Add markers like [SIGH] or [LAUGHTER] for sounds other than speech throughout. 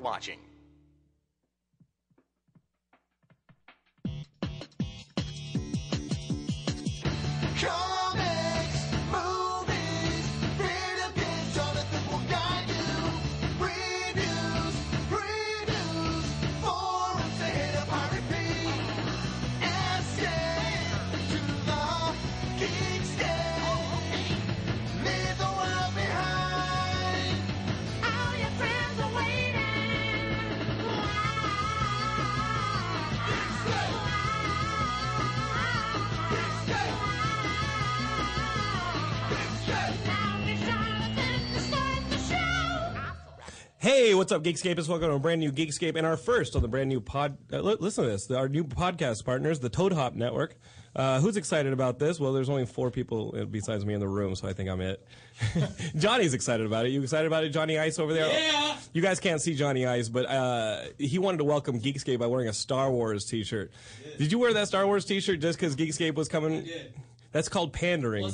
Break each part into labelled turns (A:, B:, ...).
A: watching.
B: Comics, movies, video games, Jonathan will guide you. Reviews, previews, forums to hit up I repeat. Escape to the Geekscape. Leave the world behind. All your friends are waiting. Geekscape. Geekscape.
C: Hey, what's up, Geekscape? It's welcome to a brand new Geekscape and our first on the brand new pod. Uh, li- listen to this. Our new podcast partners, the Toad Hop Network. Uh, who's excited about this? Well, there's only four people uh, besides me in the room, so I think I'm it. Johnny's excited about it. You excited about it, Johnny Ice over there? Yeah. You guys can't see Johnny Ice, but uh, he wanted to welcome Geekscape by wearing a Star Wars T-shirt. Did you wear that Star Wars T-shirt just because Geekscape was coming? That's called pandering.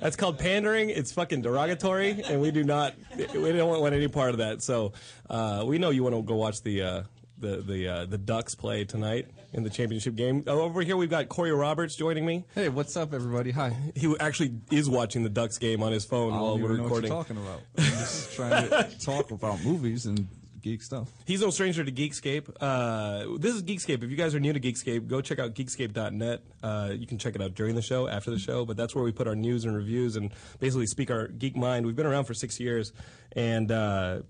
C: That's called pandering. It's fucking derogatory, and we do not, we don't want any part of that. So uh, we know you want to go watch the uh, the the uh, the Ducks play tonight in the championship game. Oh, Over here, we've got Corey Roberts joining me.
D: Hey, what's up, everybody? Hi.
C: He actually is watching the Ducks game on his phone
D: I
C: while
D: Oh, don't
C: we're
D: even know what
C: recording.
D: you're talking about. I'm just trying to [LAUGHS] talk about movies and geek stuff.
C: He's no stranger to Geekscape. Uh, this is Geekscape. If you guys are new to Geekscape, go check out geekscape.net. Uh, you can check it out during the show, after the show, but that's where we put our news and reviews and basically speak our geek mind. We've been around for six years, and uh,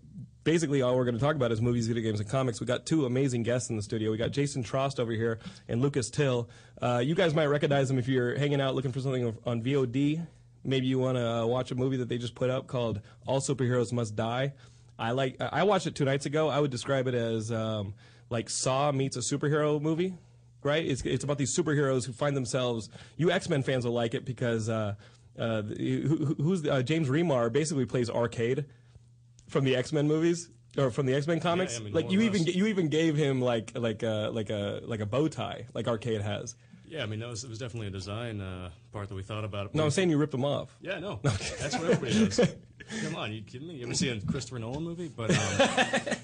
C: basically all we're going to talk about is movies, video games, and comics. We got two amazing guests in the studio. We got Jason Trost over here and Lucas Till. Uh, you guys might recognize them if you're hanging out looking for something on VOD. Maybe you want to uh, watch a movie that they just put up called All Superheroes Must Die. I like. I I watched it two nights ago. I would describe it as um, like Saw meets a superhero movie, right? It's it's about these superheroes who find themselves. You X Men fans will like it because uh, uh, the- who, who- who's the, uh, James Remar basically plays Arcade from the X Men movies or from the X Men comics. like you even you even gave him like like a like a like a bow tie like Arcade has.
E: Yeah, I mean that was it was definitely a design uh, part that we thought about.
C: No, I'm saying you ripped him off.
E: yeah, no,
C: [LAUGHS]
E: that's what everybody does. Come on, you kidding me? You ever seen a Christopher Nolan movie?
C: [LAUGHS]
E: But um, that's-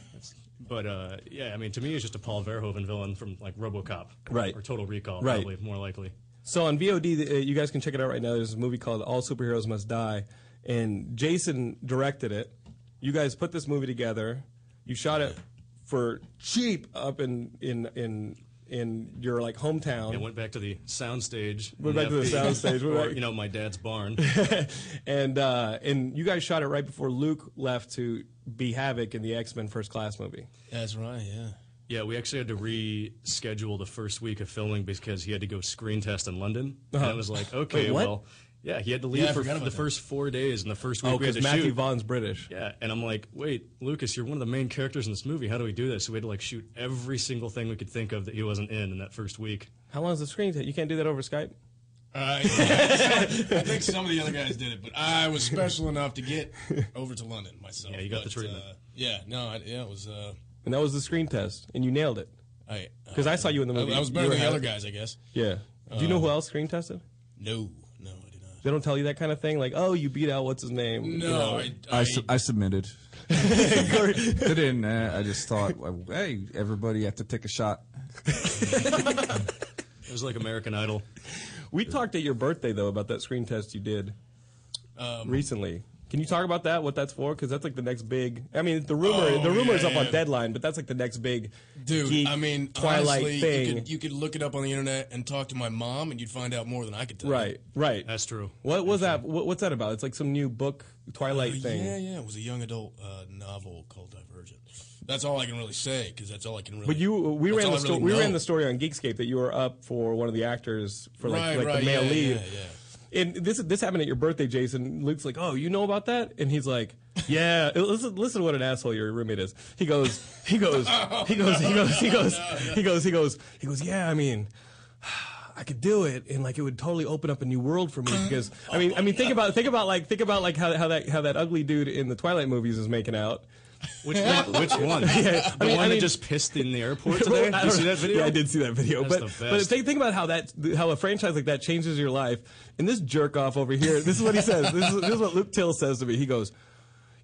E: but uh, yeah, I mean to me it's just a Paul Verhoeven villain from like RoboCop,
C: Right.
E: Or Total Recall,
C: Right.
E: probably more likely.
C: So on VOD, the- uh, you guys can check it out right now. There's a movie called All Superheroes Must Die, and Jason directed it. You guys put this movie together. You shot it for cheap up in in in in your like hometown. [LAUGHS]
E: I went back to the soundstage.
C: Went back to the soundstage, went
E: or
C: back-
E: you know my dad's
C: [LAUGHS]
E: barn.
C: and uh, and you guys shot it right before Luke left to be Havoc in the X Men First Class movie.
F: That's right, yeah.
E: yeah, we actually had to reschedule the first week of filming because he had to go screen test in London, and I was like, okay,
C: Uh-huh. what?
E: well. Yeah, he had to leave
F: I
E: for
F: forgot
E: the
F: about that.
E: first four days, and the first week
C: Oh,
E: we had
C: because
E: to
C: Matthew
E: shoot.
C: Vaughn's British.
E: Yeah, and I'm like, wait, Lucas, you're one of the main characters in this movie. How do we do this? So we had to like shoot every single thing we could think of that he wasn't in in that first week.
C: How long is the screen? take? You can't do that over Skype.
F: Uh, yeah, I think some of the other guys did it, but I was special enough to
E: [LAUGHS]
F: get over to London myself.
E: Yeah, you got the
F: but,
E: treatment.
F: Uh, yeah, no, I, yeah, it was. Uh,
C: And that was the screen test, and you nailed it.
F: I, uh,
C: Because I saw you in the
F: I,
C: movie.
F: I was better
C: You were
F: than the other Uh,
C: Havoc.
F: guys, I guess.
C: Yeah. Do you know who else screen tested?
F: No, no, I did not.
C: They don't tell you that kind of thing, like, oh, you beat out what's his name. You
F: No,
C: know?
F: I,
D: I,
F: I,
D: su-
E: [LAUGHS]
D: I submitted. I didn't. uh, I just thought, like, hey, everybody have to take a shot.
E: It was like American Idol.
F: Um,
C: we talked at your birthday though about that screen test you did recently. Can you talk about that? What that's for? Because that's like the next big. I mean, the rumor.
F: Oh,
C: the rumor is
F: yeah,
C: up on
F: yeah.
C: Deadline, but that's like the next big.
F: Dude,
C: geek
F: I mean,
C: Twilight
F: honestly,
C: thing.
F: You, could, you could look it up on the internet and talk to my mom, and you'd find out more than I could tell. you.
C: right, right.
E: That's true.
C: What was that? What, what's that about? It's like some new book Twilight thing.
F: Oh, Yeah, yeah. It was a young adult uh, novel called Divergent. That's all I can really say because that's all I can really.
C: But you, we
F: that's
C: ran
F: all
C: the
F: I
C: sto-
F: really
C: we
F: know.
C: ran the story on Geekscape that you were up for one of the actors for like,
F: Right,
C: like
F: right,
C: the male
F: yeah,
C: lead.
F: yeah,
C: And this this happened at your birthday, Jason. Luke's like, "Oh, you know about that?" And he's like, "Yeah." [LAUGHS] listen, listen, to what an asshole your roommate is. He goes, he goes, he goes, he goes, he goes, he goes, he goes, he goes. Yeah, I mean. [SIGHS] I could do it, and like it would totally open up a new world for me because I mean, I mean, think about think about like think about like how, how that how that ugly dude in the Twilight movies is making out.
E: Which one? Which
C: [LAUGHS]
E: one? the
C: mean-
E: one
C: I mean-
E: that just pissed in the airport today.
C: [LAUGHS] I
E: you
C: don't
E: see
C: know.
E: that video?
C: Yeah, I did see that video.
E: That's
C: but
E: the
C: but
E: best.
C: think, think about how that how a franchise like that changes your life. And this jerk off over here, this is what he says. This is, this is what Luke Till says to me. He goes,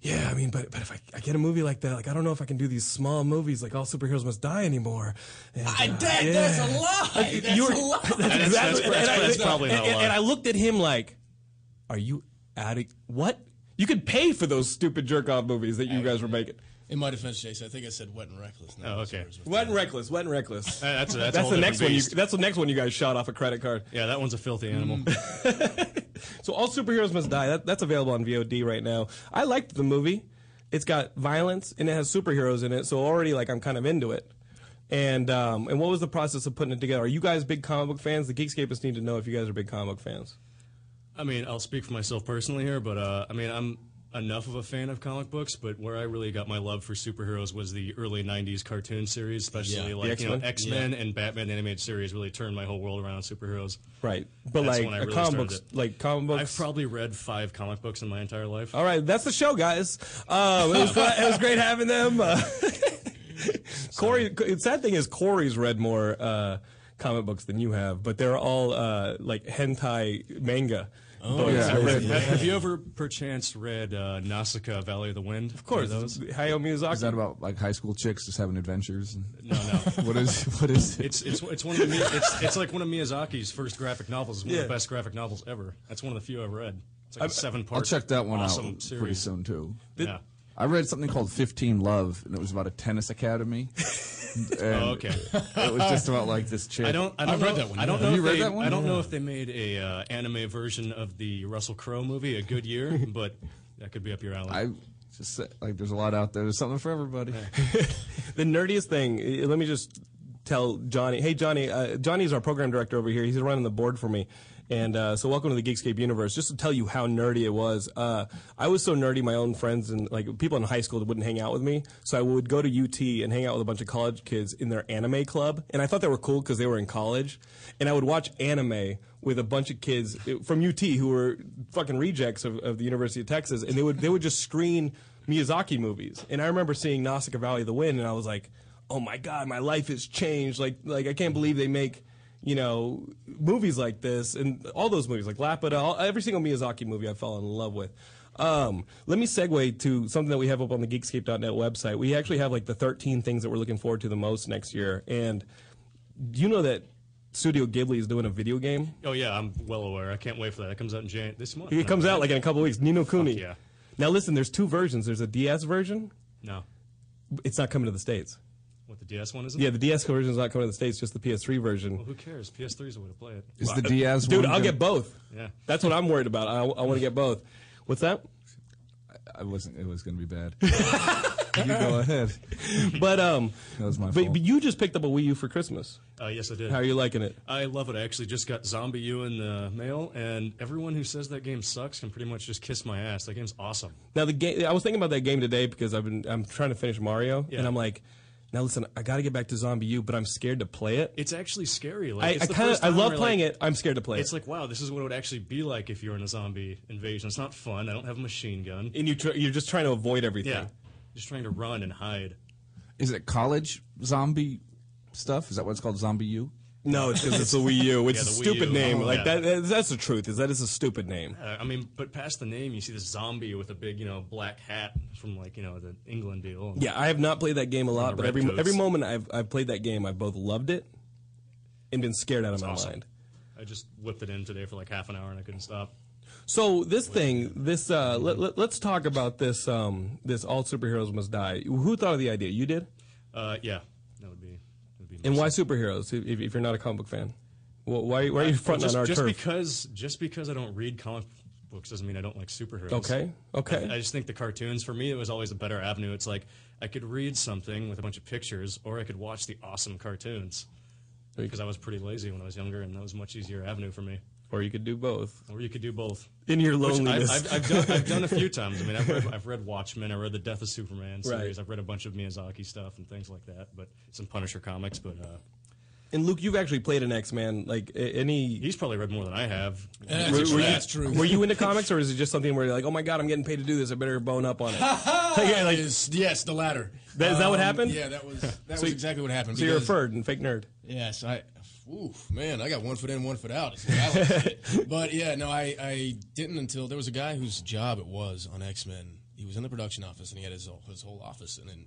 C: "Yeah, I mean, but but if I, I get a movie like that, like I don't know if I can do these small movies like all superheroes must die anymore." And,
F: I,
C: uh,
F: that,
C: yeah."
F: That's a lie. That's
C: You're-
F: a lie.
C: [LAUGHS] That's
E: that's-
C: exactly-
E: that's-
C: and I-
E: that's probably
C: and-
E: not
C: and-
E: live.
C: And I looked at him like, "Are you out of what?" You could pay for those stupid jerk off movies that you guys were making.
F: In my defense, Jason, I think I said wet and reckless. Now
E: Oh, okay.
C: Wet and reckless, wet and reckless.
E: Uh, That's, a- that's, a
C: That's
E: whole
C: the
E: different
C: next one. You,
E: beast.
C: that's the next one you guys shot off a credit card.
E: yeah, that one's a filthy animal.
C: So all superheroes must die. That, that's available on VOD right now. I liked the movie. It's got violence and it has superheroes in it. So already like I'm kind of into it. And um, and what was the process of putting it together? Are you guys big comic book fans? The Geekscapists need to know if you guys are big comic book fans.
E: I mean, I'll speak for myself personally here, but uh, I mean, I'm enough of a fan of comic books, but where I really got my love for superheroes was the early 90s cartoon series, especially
F: Yeah, the
E: like, you
C: X-Men?
E: know, X-Men and Batman the animated series really turned my whole world around on superheroes.
C: Right. But
E: That's
C: like
E: when I
C: a
E: really
C: comic
E: started
C: books,
E: it.
C: like comic books.
E: I've probably read five comic books in my entire life.
C: All right, that's the show, guys. Um, it, was fun, it was great having them. Uh, [LAUGHS] Corey, the sad thing is Corey's read more uh, comic books than you have, but they're all uh, like hentai manga. Oh,
D: yeah. I read-
E: Have- Have you ever, perchance, read uh, Nausicaa, Valley of the Wind? Of
C: Of course, Hayao Miyazaki.
D: Is that about like high school chicks just having adventures? [LAUGHS]
E: No, no.
D: what is what is it?
E: It's it's it's one of the Mi- it's it's like one of Miyazaki's first graphic novels. It's one
C: Yeah.
E: of the best graphic novels ever. That's one of the few I've read. It's like a seven part.
D: I'll check that one
E: awesome
D: out
E: Series.
D: pretty soon too.
E: Yeah.
D: I read something called 15 Love, and it was about a
E: [LAUGHS]
D: tennis academy. And
E: Oh, okay.
D: It was just about like this chick.
E: I don't. I don't
F: I've
E: know,
F: read that one,
E: I
F: yeah.
E: don't know.
D: Have
E: if
D: you read
E: they,
D: that one?
E: I don't
D: Yeah.
E: know if they made a uh, anime version of the Russell Crowe movie, A Good
D: [LAUGHS]
E: Year, but that could be up your alley.
D: I just said, like there's a lot out there. There's something for everybody.
C: the nerdiest thing. eh, Let me just tell Johnny. Hey, Johnny. Uh, Johnny's our program director over here. He's running the board for me. And uh, so, welcome to the Geekscape universe. Just to tell you how nerdy it was, uh, I was so nerdy. My own friends and like people in high school that wouldn't hang out with me, so I would go to UT and hang out with a bunch of college kids in their anime club. And I thought they were cool because they were in college. And I would watch anime with a bunch of kids eh, from UT who were fucking rejects of, of the University of Texas, and they would they would just screen Miyazaki movies. And I remember seeing Nausicaa Valley of the Wind, and I was like, oh my god, my life has changed. Like, like I can't believe they make you know movies like this and all those movies like Laputa, all, every single Miyazaki movie I fell in love with. Um, let me segue to something that we have up on the Geekscape.net website. We actually have like the 13 things that we're looking forward to the most next year. And do you know that Studio Ghibli is doing a video game?
E: oh yeah, I'm well aware. I can't wait for that. It comes out in Jan this month.
C: It comes out like in a couple weeks. Nino Kuni.
E: yeah.
C: Now listen, there's two versions. There's a DS version.
E: No.
C: It's not coming to the states.
E: What the DS one isn't?
C: Yeah, the DS version is not coming to the states. Just the PS3 version.
E: Who cares? PS3's a way to play it.
D: Is the Diaz
C: Dude,
D: one
C: I'll
D: gonna-
C: get both.
E: Yeah.
C: That's what I'm worried about. I, I want to get both.
E: [COUGHS]
C: What's that?
D: I wasn't. It was gonna be bad. [LAUGHS] you go ahead.
C: But um,
D: That was my
C: but,
D: fault.
C: but you just picked up a Wii U for Christmas.
E: Uh, yes, I did.
C: How are you liking it?
E: I love it. I actually just got Zombie U in the mail, and everyone who says that game sucks can pretty much just kiss my ass. That game's awesome.
C: Now the game. I was thinking about that game today because I've been I'm trying to finish Mario,
E: Yeah.
C: and I'm like, now listen, I got to get back to Zombie U, but I'm scared to play it.
E: It's actually scary. Like,
C: I,
E: it's
C: I
E: the
C: kind of
E: first
C: I
E: time
C: love
E: where,
C: playing
E: like,
C: it. I'm scared to play it.
E: It's like wow, this is what it would actually be like if you're in a zombie invasion. It's not fun. I don't have a machine gun.
C: and you tr- you're just trying to avoid everything.
E: yeah, just trying to run and hide.
D: Is it college zombie stuff? Is that what it's called? Zombie U?
C: No, it's because it's a Wii U. It's
E: Yeah,
C: a
E: the Wii
C: stupid
E: U.
C: name.
E: Oh,
C: like
E: yeah.
C: that, that. That's the truth. Is that is a stupid name.
E: Uh, I mean, but past the name, you see this zombie with a big, you know, black hat from like you know the England deal. And
C: Yeah, I have not played that game a lot,
E: the
C: but every
E: Redcoats.
C: every moment I've I've played that game, I've both loved it and been scared out of my
E: awesome.
C: mind.
E: I just whipped it in today for like half an hour and I couldn't stop.
C: So this thing, this uh, let, let, let's talk about this. Um, this all superheroes must die. Who thought of the idea? You did.
E: Uh, yeah, that would be. That would be nice.
C: And why superheroes? If, if- if you're not a comic book fan, well, why why are you
E: Uh,
C: fronting
E: just,
C: on our
E: just
C: turf?
E: because just because I don't read comic books doesn't mean I don't like superheroes.
C: Okay, okay.
E: I, I just think the cartoons for me it was always a better avenue. It's like I could read something with a bunch of pictures, or I could watch the awesome cartoons. Because I was pretty lazy when I was younger, and that was a much easier avenue for me.
C: or you could do both
E: Or you could do both.
C: in your
E: Which I've,
C: loneliness.
E: I've, I've, done, I've done a
C: [LAUGHS]
E: few times. I mean, I've read, I've read Watchmen. I read the Death of Superman series.
C: Right.
E: I've read a bunch of Miyazaki stuff and things like that. But some Punisher comics. But uh,
C: and Luke, you've actually played an X Man. Like a- any.
E: he's probably read more than I have.
F: That's,
C: were you-
F: that's true.
C: Were you into comics, or is it just something where you're like, oh my god, I'm getting paid to do this, I better bone
E: [LAUGHS]
C: up on it? [LAUGHS]
F: Okay, like, yes, the latter. Um,
C: That- is that what happened?
F: Yeah, that was that
C: you-
F: was exactly what happened.
C: So you're a
F: because-
C: ferd and fake nerd.
F: Yes, I. Oof, man, I got one foot in, one foot out. It's like, I like
C: [LAUGHS]
F: it. but yeah, no, I, I didn't until there was a guy whose job it was on X Men. He was in the production office and he had his whole- his whole office and it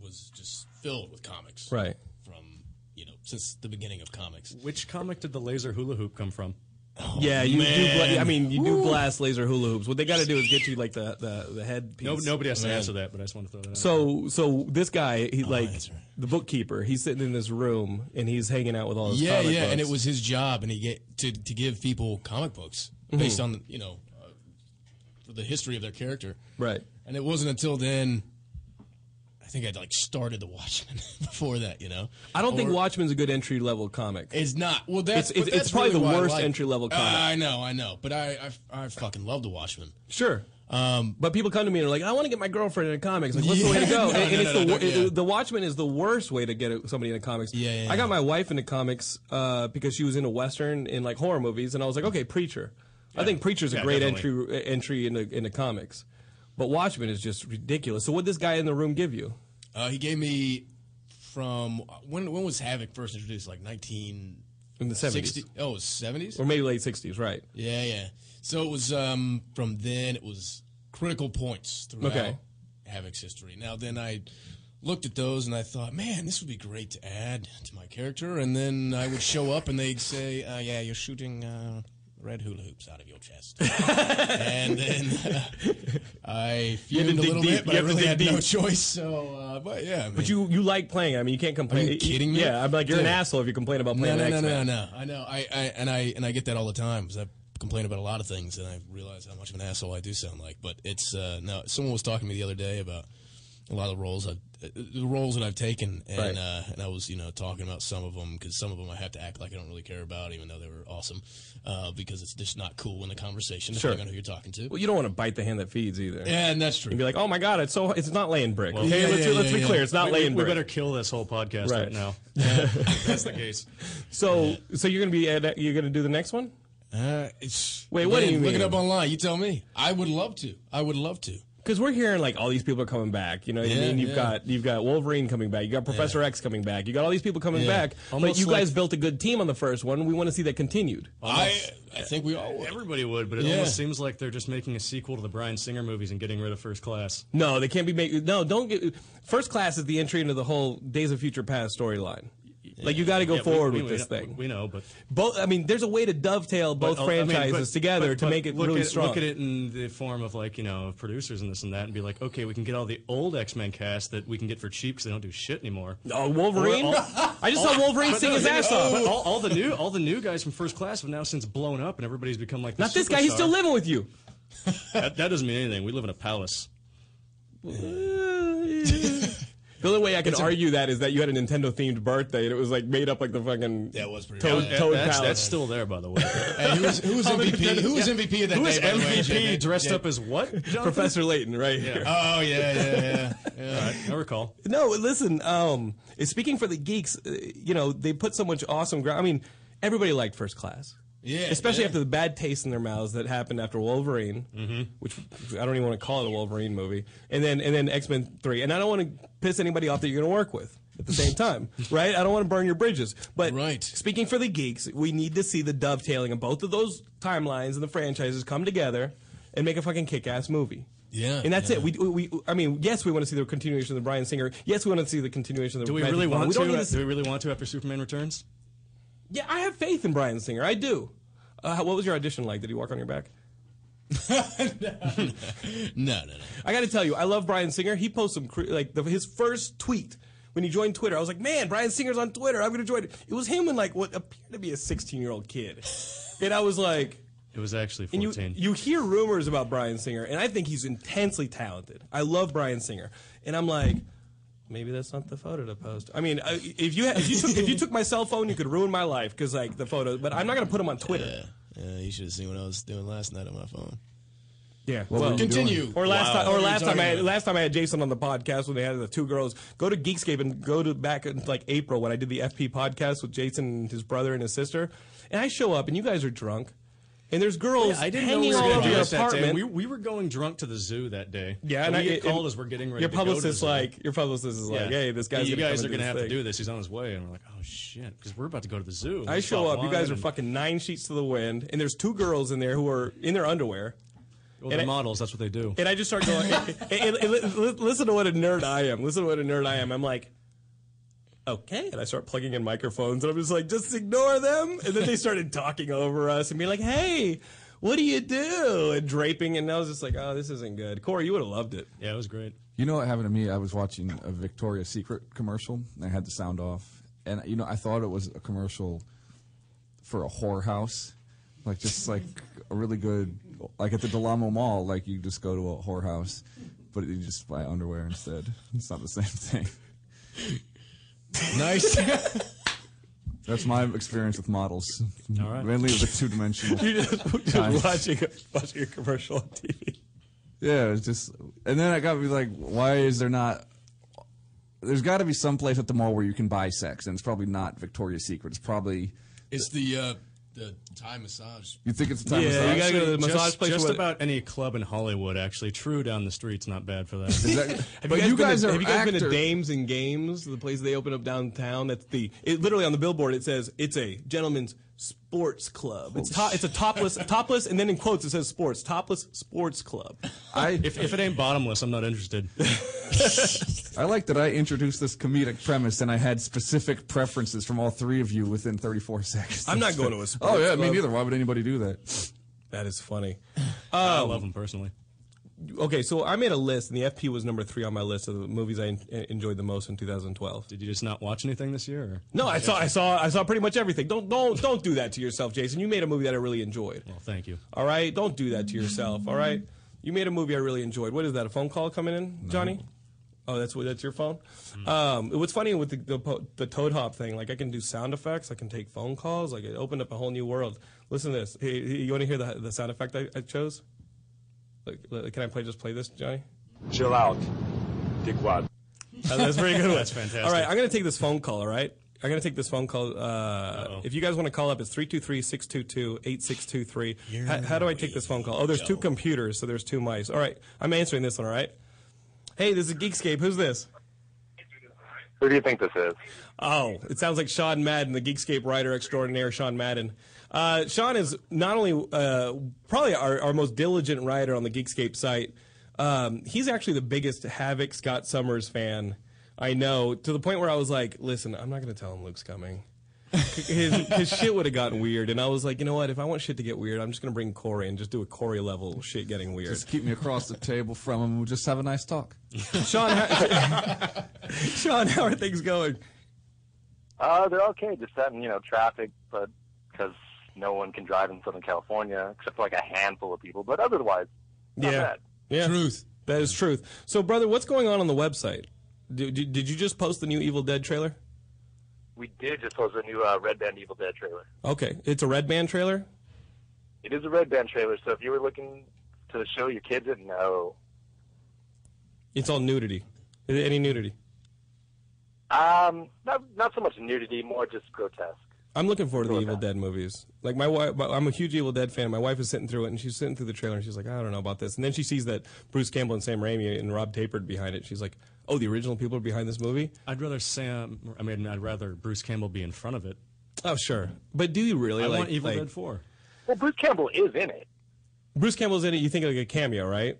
F: was just filled with comics.
C: Right.
F: From you know since the beginning of comics.
E: Which comic did the laser hula hoop come from?
C: yeah, you do. Bla- I mean, you do blast laser hula hoops. What they got to do is get you like the the, the head piece.
E: No, nobody has to answer that, but I just want to throw that out.
C: So so this guy, he like
F: Oh, that's right.
C: the bookkeeper. He's sitting in this room and he's hanging out with all his
F: Yeah,
C: comic
F: yeah, and
C: books.
F: it was his job, and he get to to give people comic books
C: Mm-hmm.
F: based on you know uh, the history of their character.
C: right.
F: And it wasn't until then, I think I'd like started the Watchmen [LAUGHS] before that. You know,
C: I don't think
F: Or-
C: Watchmen's a good entry level comic.
F: It's not. Well, that's
C: It's- it's-
F: but that's
C: it's probably
F: really
C: the
F: why I
C: worst
F: like-
C: entry-level
F: Uh,
C: comic.
F: I know, I know, but I I, I fucking love The Watchmen.
C: Sure. Um, but people come to me and are like, I want to get my girlfriend in a comics. Like, what's the way to
F: Yeah.
C: go?
F: [LAUGHS] No,
C: and and
F: no,
C: it's
F: no,
C: the,
F: no,
C: wor-
F: no,
C: it-
F: yeah.
C: the Watchman is the worst way to get a- somebody in a comics.
F: Yeah, yeah,
C: I got
F: yeah.
C: my wife into comics uh, because she was into Western and like horror movies, and I was like, okay, Preacher. I think Preacher's a
E: Yeah,
C: great
E: definitely.
C: entry uh, entry into, into comics. But Watchmen is just ridiculous. So what this guy in the room give you?
F: Uh, he gave me from when when was Havoc first introduced? Like nineteen
C: In the 70s.
F: sixty? Oh, seventies.
C: Or maybe late 60s, right?
F: Yeah, yeah. So it was um, from then. It was critical points throughout
C: Okay.
F: Havoc's history. Now then, I looked at those and I thought, man, this would be great to add to my character. And then I would show up and they'd say, uh, yeah, you're shooting uh, red hula hoops out of your
C: [LAUGHS]
F: chest. and then [LAUGHS] uh, I
C: had to
F: fumed a
C: dig
F: little
C: deep.
F: bit, but
C: You
F: I
C: have to
F: really
C: dig
F: had no
C: deep.
F: choice. So, uh, but yeah, I mean,
C: But you, you like playing. I mean, you can't complain.
F: Are you kidding me?
C: Yeah, I'm like, you're an
F: Dude.
C: asshole if you complain about
F: No,
C: playing
F: no,
C: an
F: no,
C: X-Men.
F: no, no. I know. I, I and I and I get that all the time 'cause I complain about a lot of things, and I realize how much of an asshole I do sound like. But it's uh, no. Someone was talking to me the other day about a lot of the roles I've uh, the roles that I've taken, and
C: Right.
F: uh, and I was you know talking about some of them because some of them I have to act like I don't really care about, even though they were awesome, uh, because it's just not cool in the conversation depending on who you're talking to.
C: Well, you don't want to bite the hand that feeds either.
F: yeah, and that's
C: and
F: true.
C: be like, "Oh my God, it's so it's not laying brick." okay,
F: yeah,
C: let's,
F: yeah,
C: let's
F: yeah,
C: be
F: yeah.
C: clear, it's not
E: we,
C: laying
E: we
C: brick.
E: better kill this whole podcast
C: Right.
E: right,
C: [LAUGHS]
E: now. that's the case.
C: So, so you're gonna be at, you're gonna do the next one?
F: Uh, it's,
C: Wait, what do
F: Man,
C: you
F: Look
C: mean?
F: it up online. You tell me. I would love to. I would love to.
C: Because we're hearing like all these people are coming back. You know, what I
F: Yeah,
C: mean, you've
F: yeah.
C: got you've got Wolverine coming back, you got Professor X coming back, you got all these people coming
F: Yeah.
C: back. but
E: Almost
C: you guys
E: like-
C: built a good team on the first one. We want to see that continued.
F: I I think we all would.
E: Everybody would, but it
F: Yeah.
E: almost seems like they're just making a sequel to the Brian Singer movies and getting rid of First Class.
C: No, they can't be made. No, don't get. First class is the entry into the whole Days of Future Past storyline. Like you got to go
E: Yeah, we-
C: forward
E: we-
C: with
E: we
C: this
E: know-
C: thing.
E: We know, but
C: both. I mean, there's a way to dovetail both
E: but, uh, I mean,
C: franchises
E: but-
C: together
E: but-
C: to
E: but
C: make it
E: look
C: really
E: at,
C: strong.
E: Look at it in the form of like you know producers and this and that, and be like, okay, we can get all the old X Men cast that we can get for cheap because they don't do shit anymore.
C: Oh, Wolverine!
E: Or all-
C: I just saw Wolverine
E: oh. But
C: sing
E: no, oh.
C: his
E: but-
C: ass off.
E: But all, all the new, all the new guys from First Class have now since blown up, and everybody's become like the
C: Not this guy. He's
E: superstar.
C: still living with you.
E: That, that doesn't mean anything. We live in a palace. Uh,
F: [LAUGHS]
C: The only way I can argue that is that you had a Nintendo themed birthday and it was like made up like the fucking
F: That was pretty
C: Toad,
F: rad.
C: toad
E: that's,
C: Palace.
E: that's still there, by the way.
F: Hey, who was, who [LAUGHS] was MVP? Who was MVP of that
E: Who
F: day?
E: is
F: by the way,
E: MVP
F: Jake?
E: dressed up as what? Jonathan?
C: Professor Layton, right? here.
F: Oh yeah, yeah, yeah. [LAUGHS] yeah.
E: All right, I recall.
C: No, listen. Um, speaking for the geeks, uh, you know they put so much awesome ground. I mean, everybody liked First Class.
F: Yeah,
C: especially
F: yeah.
C: after the bad taste in their mouths that happened after Wolverine, mm-hmm. which I don't even want to call it a Wolverine movie, and then and then X Men Three, and I don't want to piss anybody off that you're going to work with at the same
F: [LAUGHS]
C: time, right? I don't want to burn your bridges. But
F: Right.
C: speaking for the geeks, we need to see the dovetailing of both of those timelines and the franchises come together and make a fucking kick-ass movie.
F: Yeah,
C: and that's
F: yeah.
C: it. We, we, we- I mean, yes, we want to see the continuation of the Brian Singer. Yes, we want to see the continuation of the.
E: Do we
C: Magic
E: really
C: Wand.
E: want
C: We don't
E: to? Uh,
C: need to see-
E: do we really want to after Superman Returns?
C: yeah, I have faith in Brian Singer. I do. Uh, what was your audition like? Did he walk on your back?
F: No, no, no.
C: I got to tell you, I love Brian Singer. He posts some cre- like the, his first tweet when he joined Twitter. I was like, man, Brian Singer's on Twitter. I'm gonna join. It It was him and like what appeared to be a 16 year old kid, and I was like.
E: It was actually
C: And you,
E: 14.
C: you hear rumors about Brian Singer, and I think he's intensely talented. I love Brian Singer, and I'm like, maybe that's not the photo to post. I mean, I- if you if you took, if you took my cell phone, you could ruin my life because like the photo. But I'm not gonna put him on Twitter.
F: Yeah, you should have seen what I was doing last night on my phone.
C: Yeah, well,
F: Continue.
C: Or last time, or
F: What are you
C: last time I
F: talking about?
C: last time I had Jason on the podcast when they had the two girls. Go to Geekscape and go to back in like April when I did the FP podcast with Jason and his brother and his sister. And I show up and you guys are drunk, and there's girls
E: I didn't know
C: hanging
E: we were
C: all
E: going
C: over
E: to do
C: your
E: this that
C: apartment.
E: day. We, we were going drunk to the zoo that day.
C: Yeah,
E: and,
C: and
E: we
C: I
E: get
C: and
E: called as we're getting ready.
C: Your
E: to go to the
C: publicist,
E: zoo.
C: like your publicist, is like,
E: Yeah.
C: "Hey, this guy's
E: You
C: gonna
E: guys
C: come
E: are
C: and
E: gonna have
C: this
E: to
C: thing."
E: do this. He's on his way, and we're like, oh shit, because we're about to go to the zoo.
C: I
E: We
C: show
E: bought
C: up. You
E: wine
C: guys are
E: and-
C: fucking nine sheets to the wind, and there's two girls in there who are in their underwear.
E: Well, they're
C: and I-
E: models. That's what they do.
C: And I just start going. [LAUGHS] and, and- and li- li- listen to what a nerd I am. Listen to what a nerd I am. I'm like, okay. And I start plugging in microphones, and I'm just like, just ignore them. And then they started talking over us and being like, hey, what do you do? And draping. And I was just like, oh, this isn't good. Corey, you would have loved it. [LAUGHS]
E: yeah, it was great.
D: You know what happened to me? I was watching a Victoria's Secret commercial and I had the sound off. And, you know, I thought it was a commercial for a whorehouse. Like, just like a really good, like at the Delamo Mall, like you just go to a whorehouse, but you just buy underwear instead. It's not the same thing.
F: Nice.
D: [LAUGHS] That's my experience with models.
E: All right.
D: Mainly with the two dimensional.
C: You're just, just watching, a, watching a commercial on TV.
D: Yeah, it was just, and then I got to be like, why is there not? There's got to be some place at the mall where you can buy sex, and it's probably not Victoria's Secret. It's probably
F: it's the uh, the Thai massage.
D: you think it's the time.
C: Yeah,
D: massage?
C: you gotta go to the
E: Just-
C: massage place.
E: Just
C: where-
E: about any club in Hollywood, actually. True down the street's not bad for that.
D: Is that-
C: [LAUGHS] Have
D: but
C: you guys,
D: you
C: been
D: guys
C: to-
D: are
C: have you guys been to
D: actor-
C: Dames and Games, the place they open up downtown? That's the it, literally on the billboard. It says it's a gentleman's sports club. It's to, it's a
D: [LAUGHS]
C: topless topless, and then in quotes it says sports topless sports club.
D: I,
E: if, if it ain't bottomless, I'm not interested.
D: I like that I introduced this comedic premise, and I had specific preferences from all three of you within 34 [LAUGHS] seconds.
C: I'm not going
D: [LAUGHS]
C: to a sports
D: Oh yeah, me
C: club.
D: neither. Why would anybody do that?
C: That is funny.
E: I love them personally.
C: Okay, so I made a list, and the FP was number three on my list of the movies I en- enjoyed the most in 2012.
E: Did you just not watch anything this year? Or?
C: No, I saw I saw I saw pretty much everything. Don't don't don't do that to yourself, Jason. You made a movie that I really enjoyed.
E: Well, thank you.
C: All right, don't do that to yourself. All right, you made a movie I really enjoyed. What is that? A phone call coming in, Johnny? Oh, that's what that's your phone. Um, what's funny with the, the po- the Toad Hop thing? Like I can do sound effects, I can take phone calls. Like it opened up a whole new world. Listen to this. Hey, hey, you want to hear the the sound effect I, I chose? Like, like, can I play just play this, Johnny?
A: Chill out, dickwad.
C: Uh, that's a
E: [LAUGHS]
C: pretty good. One.
E: Oh, That's fantastic.
C: All right, I'm going to take this phone call, all right? I'm going to take this phone call. Uh, if you guys want to call up, it's 323-622-8623. How, how do I take this phone call? Oh, there's two computers, so there's two mice. All right, I'm answering this one, all right? Hey, this is Geekscape. Who's this?
A: Who do you think this is?
C: Oh, it sounds like Sean Madden, the Geekscape writer extraordinaire, Sean Madden. Uh, Sean is not only uh, probably our, our most diligent writer on the Geekscape site, um, he's actually the biggest Havoc Scott Summers fan I know, to the point where I was like, listen, I'm not going to tell him Luke's coming. his, his shit would have gotten weird, and I was like, you know what? If I want shit to get weird, I'm just gonna bring Corey and just do a Corey level shit getting weird.
D: Just keep me across the table from him. We'll just have a
C: [LAUGHS]
D: nice talk.
C: Sean, how, [LAUGHS] Sean, how are things going?
A: Uh, they're okay, just that and, you know, traffic, but because no one can drive in Southern California except for like a handful of people. But otherwise, not bad.
C: yeah,
F: Truth.
C: That is truth. So, brother, what's going on on the website? Did, did, did you just post the new Evil Dead trailer?
A: We did just post a new uh, Red Band Evil Dead trailer.
C: Okay, it's a Red Band trailer.
A: It is a Red Band trailer, so if you were looking to show your kids it, no.
C: It's all nudity. Is there Any nudity?
A: Um, not, not so much nudity, more just grotesque.
C: I'm looking forward to the Evil Dead movies. Like my wife, I'm a huge Evil Dead fan. My wife is sitting through it, and she's sitting through the trailer, and she's like, "I don't know about this." And then she sees that Bruce Campbell and Sam Raimi and Rob Tapert behind it. She's like, "Oh, the original people are behind this movie."
E: I'd rather Sam. I mean, I'd rather Bruce Campbell be in front of it.
C: Oh, sure. But do you really
E: I
C: like,
E: want Evil
C: like-
E: Dead Four.
A: Well, Bruce Campbell is in it.
C: Bruce Campbell's in it? You think like a cameo, right?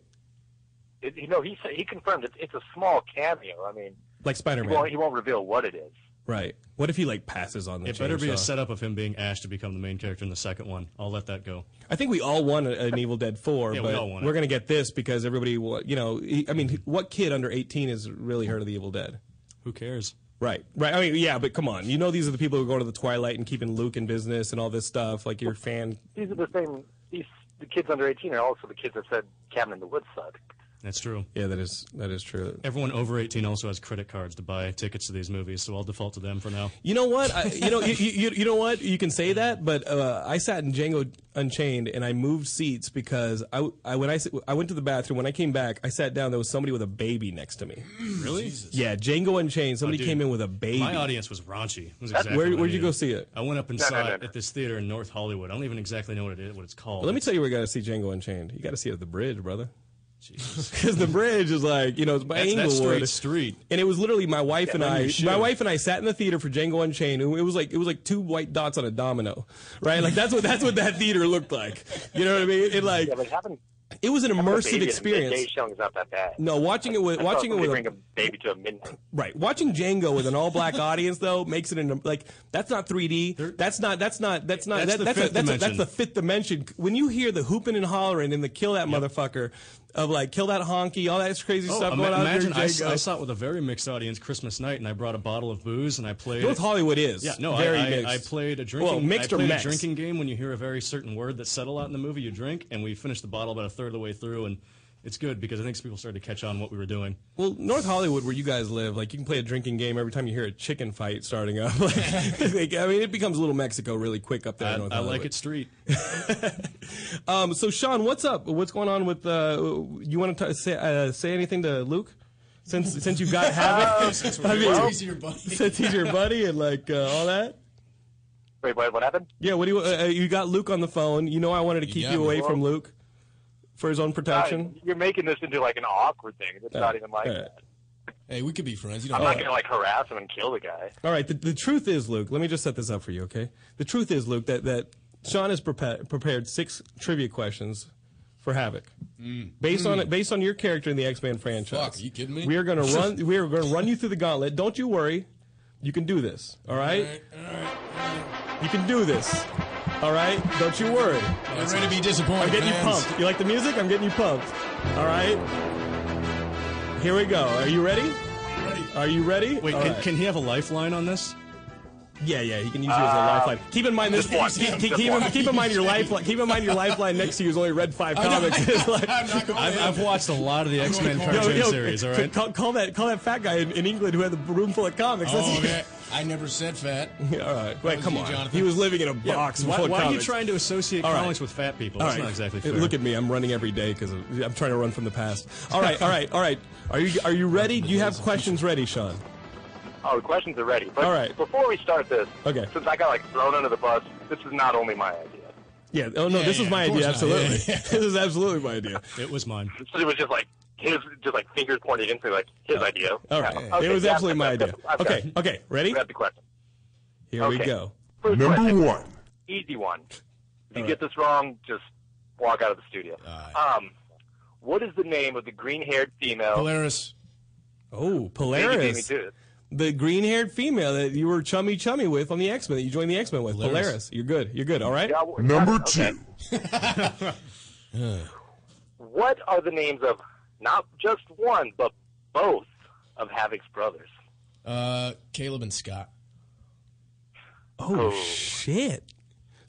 A: it you know, he, said- he confirmed it, it's a small cameo. I mean,
C: Like
A: he
C: Spider Man.
A: won't, he won't reveal what it is.
C: Right. What if he like passes on the
E: It better be a
C: chainsaw?
E: setup of him being Ash to become the main character in the second one. I'll let that go.
C: I think we all want a- an Evil Dead 4,
E: Yeah, we
C: but
E: all want it.
C: are going to get this because everybody, wa- you know, he- I mean, what kid under 18 has really heard of the Evil Dead?
E: Who cares?
C: Right, right. I mean, yeah, but come on. You know, these are the people who go to the Twilight and keeping Luke in business and all this stuff. Like your fan.
A: These are the same. These the kids under 18 are also the kids that said Cabin in the Woods sucked.
E: That's true.
C: Yeah, that is that is true.
E: Everyone over 18 also has credit cards to buy tickets to these movies, so I'll default to them for now.
C: You know what? I, you know, you, you, you know what? You can say that, but uh, I sat in Django Unchained and I moved seats because I, I when I s- I went to the bathroom when I came back, I sat down. There was somebody with a baby next to me. Oh,
E: Really?
C: Yeah, Django Unchained. Somebody
E: dude.
C: came in with a baby.
E: My audience was raunchy. It was exactly
C: Where-
E: what I
C: where'd you
E: needed.
C: go see it?
E: I went up and saw
A: no,
E: it
A: no.
E: at this theater in North Hollywood. I don't even exactly know what it is, what it's called.
C: Let me tell you where you got to see Django Unchained. You got to see it at the bridge, brother. [LAUGHS] Because the bridge is like you know it's by
E: That's- that's straight
C: Inglewood.
E: street.
C: And it was literally my wife and
E: on your
C: I.
E: shoe.
C: My wife and I sat in the theater for Django Unchained. and It was like it was like two white dots on a domino, right? Like that's what that's what that theater looked like. You know what I mean? It like
A: Yeah, but having
C: it was an
A: baby
C: immersive
A: at
C: experience.
A: midday showing is not that bad.
C: No, watching it with
A: I saw
C: watching it
A: somebody
C: with
A: bring
C: a
A: a baby to a midnight.
C: Right. Watching Django with an all black audience though makes it an like that's not 3D. That's not that's not that's not
E: That's
C: that-
E: the
C: that's,
E: fifth
C: a, that's, a,
E: dimension.
C: that's the fifth dimension. When you hear the hooping and hollering and the kill that motherfucker of like kill that honky, all that crazy
E: Oh,
C: stuff
E: ima-
C: going on during
E: imagine I, s-
C: Django.
E: I saw it with a very mixed audience Christmas night, and I brought a bottle of booze and I played.
C: Both
E: it-
C: Hollywood is.
E: Yeah, no, I-
C: very
E: I,
C: mixed.
E: I played a drinking.
C: Well, mixed
E: I
C: or
E: played
C: mixed.
E: a drinking game when you hear a very certain word that's said a lot in the movie. You drink, and we finished the bottle about a third of the way through, and it's good because I think people started to catch on what we were doing.
C: Well, North Hollywood, where you guys live, like you can play a drinking game every time you hear a chicken fight starting up. [LAUGHS] Like, like, I mean, it becomes Little Mexico really quick up there.
E: I,
C: in North
E: I like
C: Hollywood.
E: it
C: [LAUGHS]
E: street.
C: Um, so, Sean, what's up? What's going on with? Uh, you want to say uh, say anything to Luke? Since since you've
F: [LAUGHS]
C: got habit, I mean,
F: Easier, [LAUGHS] buddy.
C: since he's your buddy and like uh, all that.
A: Wait, what, what happened?
C: Yeah, what do you? Uh, uh, you got Luke on the phone. You know, I wanted to keep
F: got
C: you
F: me.
C: away from Luke for his own protection.
A: Guys, you're making this into like an awkward thing. It's not even like
C: all right.
A: that.
F: Hey, we could be friends. You
A: I'm
F: don't
A: not
F: know. Oh.
A: gonna like harass him and kill the guy.
C: All right. The, the truth is, Luke. Let me just set this up for you, okay? The truth is, Luke, that that Sean has prepa- prepared six trivia questions for Havoc, based on based on your character in the X Men franchise.
F: Fuck, are you kidding me?
C: We are gonna run. we are gonna run you through the gauntlet. Don't you worry. You can do this. All right. You can do this. All right. Don't you worry.
F: I'm ready to be disappointed.
C: I'm getting you
F: fans. [LAUGHS]
C: pumped. You like the music? I'm getting you pumped. All right. Here we go. Are you ready? Are you ready?
E: Wait,
C: All
E: can,
C: right.
E: can he have a lifeline on this?
C: Yeah, yeah, he can use you as a lifeline. Keep in mind this.
A: Just one.
C: Keep, keep,
A: Just
C: keep,
A: one.
C: in, keep in mind your lifeline. Keep in mind your lifeline next to you is only Red
F: [LAUGHS]
C: Five Comics. [LAUGHS] It's like-
F: I'm not going
E: I've,
F: in.
E: I've watched a lot [LAUGHS] of the X Men
F: Yo,
C: Yo,
E: cartoon
C: yo,
E: series. All right,
C: Call, call that call that fat guy in, in England who had the room full of comics.
F: Oh,
C: That's-
F: okay. I never said [LAUGHS] fat.
C: [LAUGHS] all right, wait,
F: was
C: come
F: you,
C: on.
F: Jonathan.
C: He was living in a
E: Yeah,
C: box
E: Why,
C: full of
E: why are you
C: comics.
E: trying to associate
C: All right.
E: comics with fat people?
C: All
E: That's
C: right.
E: not exactly
C: Hey,
E: fair.
C: Look at me. I'm running every day because I'm trying to run from the past. All right, all right, all right. Are you are you ready? Do you have questions ready, Sean?
A: Oh, the questions are ready. But
C: All right.
A: before we start this,
C: Okay.
A: since I got like thrown under the bus, this is not only my idea.
C: Yeah. Oh no,
F: Yeah,
C: this
F: yeah,
C: is my
F: of
C: idea.
F: course not. Yeah,
C: Absolutely, [LAUGHS] this is absolutely my idea.
E: it was mine.
A: So it was just like his, just like fingers pointed into like his idea.
C: All right,
A: Yeah. Okay,
C: it was
A: yeah,
C: absolutely my
A: I've got-
C: idea.
A: I've got-
C: Okay, okay, ready?
A: I've got the question.
C: Here we
A: Okay.
C: go.
A: First
G: Number
A: question,
G: one.
A: easy one. If you get this wrong, just walk out of the studio. Um, what is the name of the green-haired female?
F: Polaris.
C: Oh,
A: Maybe Jamie
C: Polaris.
A: too.
C: The green haired female that you were chummy chummy with on the X Men that you joined the X Men with. Polaris.
F: Polaris.
C: You're good. You're good. All right.
A: Yeah, well,
G: Number
A: [LAUGHS] okay.
G: two.
A: What are the names of not just one, but both of Havoc's brothers?
F: Uh, Caleb and Scott.
C: Oh, shit.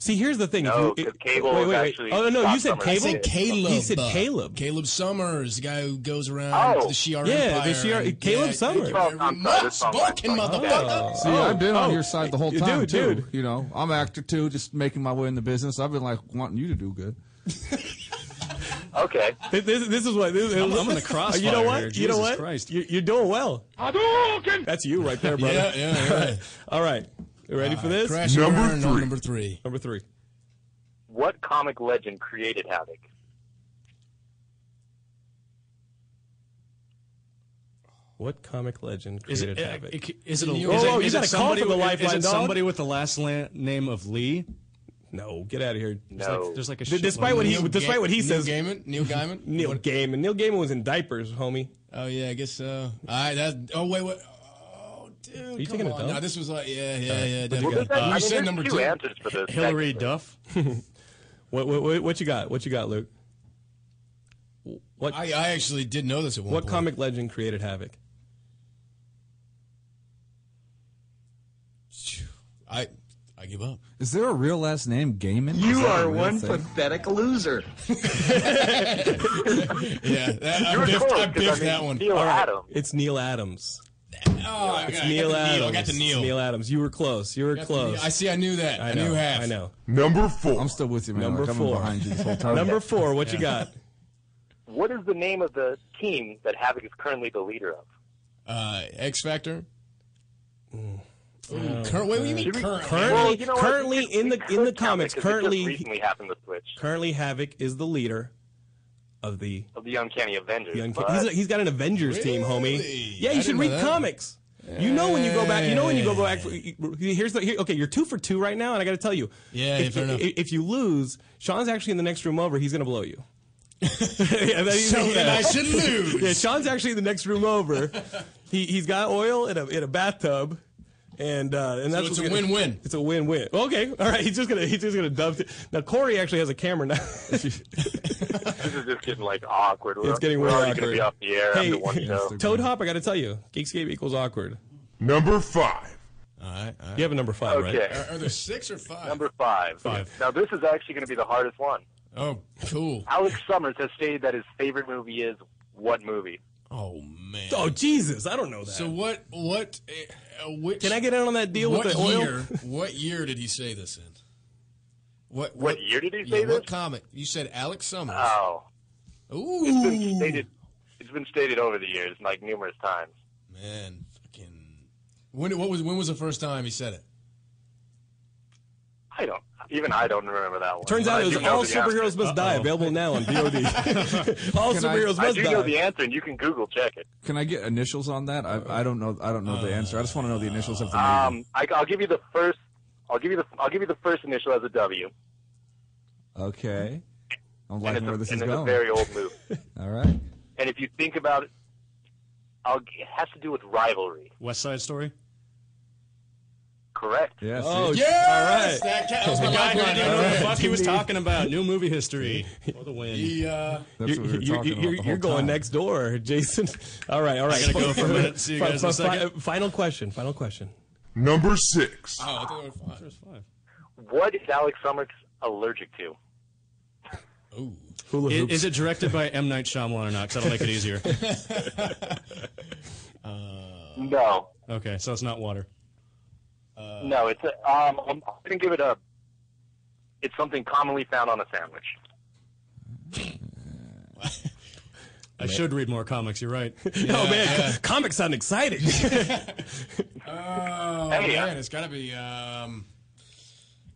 C: See, here's the thing.
A: No,
C: if you,
A: 'cause Cable
C: wait,
A: is
C: wait, wait.
A: actually
C: Oh no, you
A: not
C: said
A: from an
F: I
C: cable.
F: said Caleb.
C: He said Caleb.
F: Caleb Summers, the guy who goes around
A: Oh.
F: to the Shi'ar
C: Yeah, the
F: Empire.
C: Shi'ar-
F: and-
C: Caleb
F: yeah,
C: Summers.
F: thank you very
A: I'm sorry, this song
F: much. Spoken,
A: might-
F: motherfucker.
D: See, I've been on your side the whole
C: Oh, Dude,
D: time too.
C: dude.
D: You know, I'm an actor too, just making my way in the business. I've been like wanting you to do good.
A: Okay.
C: This, this, this is what this,
E: I'm- I'm in the crossfire
C: You know what?
E: here.
C: you know
E: Jesus
C: what?
E: Christ.
C: You're, you're doing well. That's you right there, brother.
F: Yeah, yeah, [LAUGHS] yeah.
C: All right. You ready for
F: All
E: Ah,
F: right,
C: this?
F: Crash and
G: Number
F: burn on
G: three.
F: number three.
C: Number three.
A: What comic legend created Havoc?
C: What comic legend
E: Is
C: created
E: it,
C: Havoc?
E: it, it, is it a
F: New
E: is
F: York.
E: it-
C: Oh, you
E: is
C: got
E: it
C: a call
E: somebody
C: from the
E: with-
C: lifeline,
E: Is it
C: dog?
E: somebody with the last la- name of Lee?
C: no, get out of here.
A: No.
E: Like, there's like a
C: D-
E: shitload
C: despite what
E: of-
C: he- despite what he
F: Neil
C: says-
F: Gaiman? Neil Gaiman?
C: [LAUGHS] Neil Gaiman. Neil Gaiman was in diapers, homie.
F: Oh, yeah, I guess so. All right, that. Oh, wait, wait. Oh, dude. Dude,
C: Are you taking a dump?
F: No, this was like, yeah, yeah, yeah.
C: you
F: definitely.
C: got?
F: Well,
C: Uh,
F: you
A: I mean,
F: said
A: there's
F: number
A: two,
F: two.
A: answers for this.
E: Hillary Duff.
C: What, what, what, what you got? What you got, Luke? What
F: I, I actually did know this at one
C: what
F: point.
C: comic legend created havoc?
F: I, I give up.
D: Is there a real last name, Gaiman? Is
G: You
D: that a
G: are
D: real
G: one
D: thing?
G: pathetic loser.
F: Yeah,
A: [LAUGHS]
F: that, I
A: You're
F: biffed,
A: close,
F: I
A: 'cause,
F: biffed
A: mean,
F: that one.
A: Neil
C: All right,
A: Adams.
C: It's Neil Adams.
F: Oh, I got, I
C: Neil
F: got the
C: Adams.
F: Neil. I got the Neil.
C: Neil Adams. You were close. You were
F: Got the Neil.
C: close.
F: I see. I knew that. I,
C: I know.
F: knew half.
C: I know.
G: Number four.
D: I'm still with you, man.
C: Number
D: like, I've been
C: four.
D: behind you this whole time.
C: [LAUGHS] Number four. What you got?
A: What is the name of the team that Havoc is currently the leader of?
F: Uh, X Factor.
C: Mm.
F: Ooh, current. Wait, what do you mean [LAUGHS] current?
C: current? Currently- currently
A: We could-
C: in
A: we
C: the-
A: could
C: in the
A: count it
C: comics,
A: 'cause it just
C: currently-
A: recently happened to switch
C: Currently, Havoc is the leader of the
A: of the Uncanny Avengers.
C: Young
A: but-
C: He's, a, he's got an Avengers team, homie.
F: Really?
C: Yeah,
F: I
C: you should
F: didn't
C: read
F: know that.
C: comics. You know when you go back. You know when you go back. For, here's the here, okay. You're two for two right now, and I got to tell you.
F: Yeah,
C: if,
F: fair enough.
C: if, if you lose, Sean's actually in the next room over. He's gonna
F: [LAUGHS]
C: blow you. yeah, that-
F: So then I
C: [LAUGHS]
F: should lose.
C: yeah, Sean's actually in the next room over. he he's got oil in a in a bathtub. And uh, and that's
F: it's
C: what's
F: a
C: gonna-
F: win-win.
C: It's a win-win. Okay, all right. He's just gonna he's just gonna dump it. Now Corey actually has a camera now.
A: This is just getting like awkward. We're,
C: It's getting
A: we're
C: real
A: already
C: awkward.
A: Gonna be off the air
C: Hey,
A: after
C: [LAUGHS]
A: one show.
C: Toad Hop, I got to tell you, Geekscape equals awkward.
G: Number five.
F: All right, all right.
C: You have a number five, right?
A: Okay,
F: Are, are there six or five?
A: number five.
E: Five.
A: Now this is actually going to be the hardest one.
F: Oh, cool.
A: Alex Summers has stated that his favorite movie is what movie?
F: Oh man.
C: Oh Jesus, I don't know that.
F: so what? What? Uh, which,
C: Can I get in on that deal
F: what
C: with the oil?
F: year? what year did he say this in? What?
A: What year did he say
F: yeah, What
A: this?
F: comic? You said Alex Summers.
A: Oh, it's been
F: Ooh,
A: stated. It's been stated over the years, like numerous times.
F: man, fucking. When? What was? When was the first time he said it?
A: I don't. Even I don't remember that one.
C: Turns
A: But
C: out
A: I
C: it was
A: do know
C: all
A: the answer. Uh-uh.
C: superheroes must die. Available now on VOD. all superheroes
A: I
C: must
A: do
C: die.
A: know the answer, and you can Google check it.
D: Can I get initials on that? I, I don't know. I don't know the answer. I just want to know the initials of the movie.
A: Um, I, I'll give you the first. I'll give you the. I'll give you the first initial as a W,
D: okay. I'm
A: and
D: liking
A: it's, a,
D: where this is
A: and it's a
D: going.
A: very old movie.
D: All right.
A: and if you think about it, I'll, it has to do with rivalry.
E: West Side Story.
A: Correct.
D: Yeah.
C: Oh,
D: see?
C: yes! all right.
F: That, that was my
E: God, I
F: background.
E: didn't know what the fuck he was talking about. New movie history. What a win.
F: He, uh,
D: That's what
C: You're,
D: we were
C: you're-
D: talking
C: you're-
D: about the whole
C: you're going
D: time.
C: next door, Jason. [LAUGHS] All right, all right.
E: I gotta go for a minute. See you guys in a
C: Fi- fi-
E: second.
C: Final question. Final question.
G: Number six.
F: oh, I thought there were five.
E: There's five.
A: What is Alex Summers allergic to?
F: Ooh.
C: Hula
E: I-
C: hoops.
E: Is it directed by M. Night Shyamalan or not? Because that'll make it easier.
A: No,
E: Okay, so it's not water.
A: no. It's a, um. I'm gonna give it a. It's something commonly found on a sandwich.
E: I should read more comics. You're right.
C: oh man, [LAUGHS] comics sound exciting.
F: Oh
A: Hey,
F: man,
A: uh,
F: it's gotta be. Um,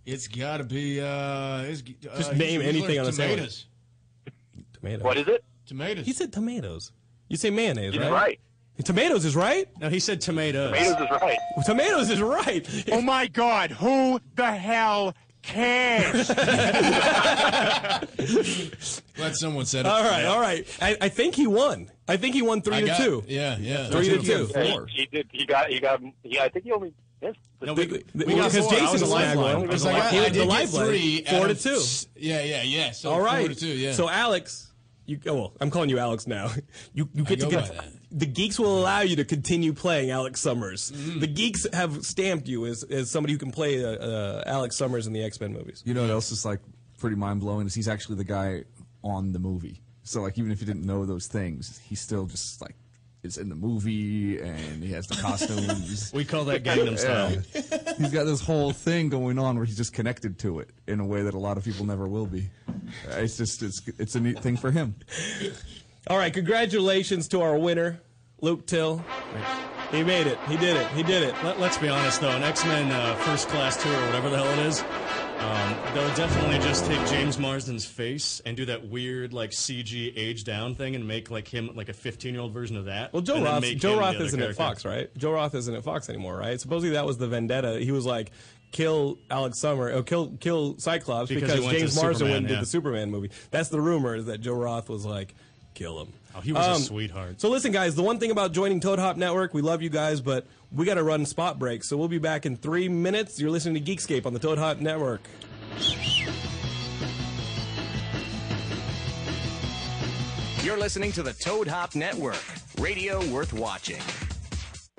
F: it's gotta be. Uh, it's, uh,
C: Just name
F: he's- he's
C: anything on a
F: learned tomatoes.
C: sandwich. [LAUGHS] tomatoes.
A: What is it?
F: Tomatoes.
C: He said tomatoes. You say mayonnaise,
A: He's
C: right?
A: right.
C: Tomatoes is right.
E: No, he said tomatoes.
A: Tomatoes is right.
C: Tomatoes is right.
H: Oh my God, who the hell cares?
F: Glad someone said it.
C: [LAUGHS] All right, all right. I, I think he won. I think he won three
F: I
C: to
F: got-
C: two.
F: Yeah, yeah.
C: Three to two.
A: Yeah, he, he did. He got. He got. Yeah, I think he only. Yes.
E: No, we,
C: Th-
E: we
C: well,
E: got
C: because
E: four. I was a
C: Jason snagged
E: lifeline.
C: one.
E: I was a
F: So I, got,
C: He
F: I
E: lifeline.
C: was the
F: did get
C: lifeline.
F: three.
C: Four
F: out
C: to
F: of
C: two.
F: s- Yeah, yeah, yeah. So
C: All right.
F: Four to two. Yeah.
C: So Alex, you oh, well, I'm calling you Alex now. [LAUGHS] You you get
F: go
C: to
F: by
C: get
F: that.
C: the geeks will allow you to continue playing Alex Summers. The geeks have stamped you as, as somebody who can play uh, uh, Alex Summers in the X Men movies.
D: You know what else is like pretty mind blowing is he's actually the guy on the movie. So like even if you didn't know those things, he still just like is in the movie and he has the costumes.
E: We call that Gangnam Style.
D: [LAUGHS] he's got this whole thing going on where he's just connected to it in a way that a lot of people never will be. Uh, It's just it's it's a neat thing for him.
C: All right, congratulations to our winner, Luke Till. He made it. He did it. He did it.
E: Let, let's be honest, though, an X Men uh, first class tour, or whatever the hell it is, um, they'll definitely just take James Marsden's face and do that weird like CG age down thing and make like him like a 15 year old version of that.
C: Well, Joe
E: and then
C: Roth,
E: make
C: Joe
E: him the
C: Roth
E: other
C: isn't at
E: character.
C: Fox, right? Joe Roth isn't at Fox anymore, right? Supposedly that was the vendetta. He was like, kill Alex Summer, oh, kill kill Cyclops
E: Because he
C: because,
E: went to
C: James Marsden
E: Superman,
C: went and
E: yeah.
C: did the Superman movie. That's the rumor is that Joe Roth was like, kill him. Um,
E: Oh, he was a sweetheart.
C: So listen, guys, the one thing about joining Toad Hop Network, we love you guys, but we got to run spot break. So we'll be back in three minutes. You're listening to Geekscape on the Toad Hop Network.
I: You're listening to the Toad Hop Network, radio worth watching.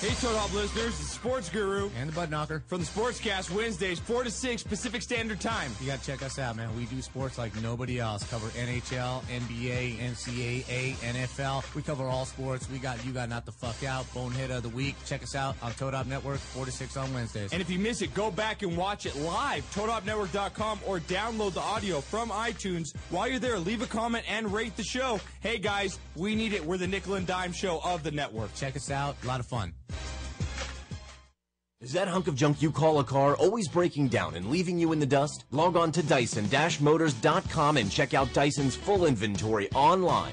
J: Hey, Toad Hop listeners, the sports guru. And the butt knocker. From the Sportscast Wednesdays, 4 to 6 Pacific Standard Time. You got to check us out, man. We do sports like nobody else. Cover NHL, NBA, NCAA, NFL. We cover all sports. We got You Got Not the Fuck Out, Bonehead of the Week. Check us out on Toad Hop Network, 4 to 6 on Wednesdays.
K: And if you miss it, go back and watch it live, toadhopnetwork.com, or download the audio from iTunes. While you're there, leave a comment and rate the show. Hey guys, we need it. We're the nickel and dime show of the network. Check us out. A lot of fun.
L: Is that hunk of junk you call a car always breaking down and leaving you in the dust? Log on to Dyson-Motors.com and check out Dyson's full inventory online.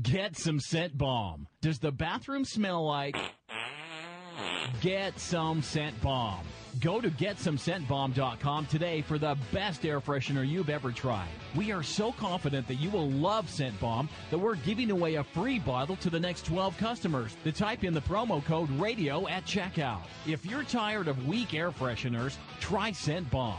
M: Get some scent bomb. Does the bathroom smell like? Get some scent bomb. Go to getsomescentbomb.com today for the best air freshener you've ever tried. We are so confident that you will love Scent Bomb that we're giving away a free bottle to the next 12 customers that type in the promo code radio at checkout. If you're tired of weak air fresheners, try Scent Bomb.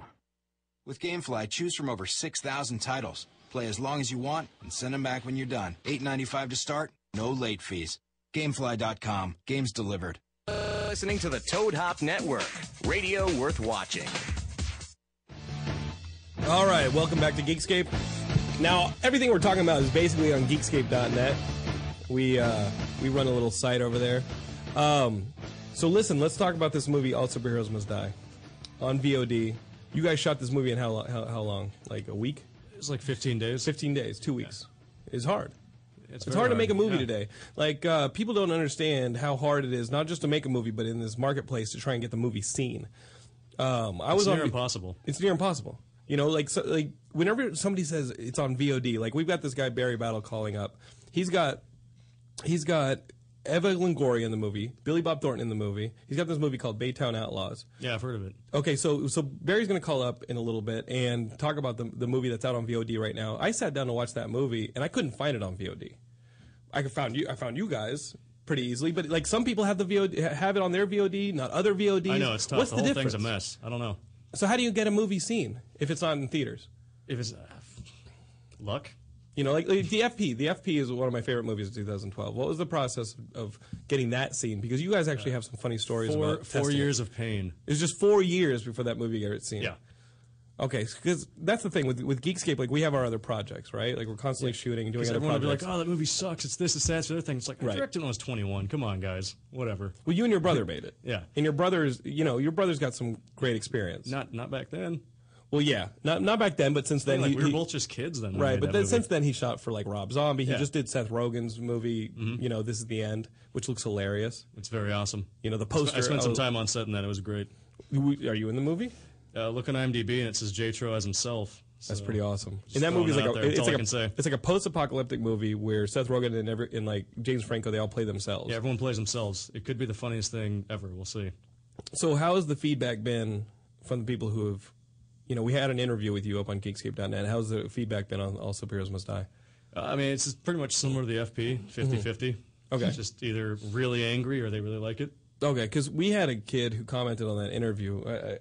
N: With GameFly, choose from over 6,000 titles. Play as long as you want and send them back when you're done. $8.95 to start, no late fees. Gamefly.com, games delivered.
I: Listening to the Toad Hop Network, radio worth watching.
C: All right, welcome back to Geekscape. Now, everything we're talking about is basically on Geekscape.net. We uh, we run a little site over there. Um, so listen, let's talk about this movie. All superheroes must die on VOD. You guys shot this movie in how long? How, how long? Like a week?
E: It's like 15 days.
C: 15 days, two weeks. It's hard. It's,
E: very
C: hard, to
E: hard,
C: make a movie
E: yeah.
C: today. Like uh, people don't understand how hard it is, not just to make a movie, but in this marketplace to try and get the movie seen. Um, I
E: It's
C: was on
E: near
C: V-
E: impossible.
C: It's near impossible. You know, like so, like whenever somebody says it's on VOD, like we've got this guy Barry Battle calling up. He's got he's got Eva Longoria in the movie, Billy Bob Thornton in the movie. He's got this movie called Baytown Outlaws.
E: Yeah, I've heard of it.
C: Okay, so so Barry's going to call up in a little bit and talk about the the movie that's out on VOD right now. I sat down to watch that movie and I couldn't find it on VOD. I could found you I found you guys pretty easily, but like some people have the VOD have it on their VOD, not other VODs.
E: I know it's tough.
C: What's
E: the,
C: the,
E: whole
C: difference?
E: thing's a mess. I don't know.
C: So how do you get a movie seen if it's not in theaters?
E: If it's uh, luck.
C: You know, like, like the FP. The FP is one of my favorite movies of 2012. What was the process of getting that scene? Because you guys actually have some funny stories
E: Four-
C: about
E: four
C: testing it.
E: years of pain.
C: It was just four years before that movie got its scene.
E: Yeah.
C: Okay, because that's the thing with with Geekscape. Like we have our other projects, right? Like we're constantly shooting and doing
E: Because
C: other
E: everyone would
C: projects.
E: be like, "Oh, that movie sucks. It's this, it's that, it's the other thing." It's like I
C: Right.
E: directed when I was 21. Come on, guys. Whatever.
C: well, you and your brother made it.
E: "Oh." [LAUGHS] Yeah.
C: And your brother's, you know, your brother's got some great experience.
E: Not not back then.
C: Well, yeah, not not back then, but since then
E: Like,
C: he,
E: we were
C: he-
E: both just kids then. when we
C: Right,
E: made
C: but
E: that
C: then
E: movie.
C: since then he shot for like Rob Zombie. He
E: Yeah. Mm-hmm.
C: just did Seth Rogen's movie, you know, This Is the End, which looks hilarious.
E: it's very awesome.
C: You know, the
E: I sp-
C: poster.
E: I spent some
C: oh,
E: time on set and that. It was great.
C: w- Are you in the movie?
E: Uh, look on IMDb and it says J Tro as himself.
C: That's
E: So,
C: pretty awesome.
E: just
C: And that
E: throwing
C: movie's
E: that
C: like
E: out
C: a,
E: there.
C: it's
E: That's all
C: like
E: I
C: a,
E: can say.
C: it's like a post-apocalyptic movie where Seth Rogen and every, and like James Franco they all play themselves.
E: Yeah, everyone plays themselves. It could be the funniest thing ever. We'll see.
C: So, how has the feedback been from the people who have, you know, we had an interview with you up on Geekscape.net. How's the feedback been on All Superheroes Must Die?
E: Uh, I mean, it's just pretty much similar to the FP, 50 50.
C: Mm-hmm. Okay.
E: Just either really angry or they really like it.
C: Okay, because we had a kid who commented on that interview. I,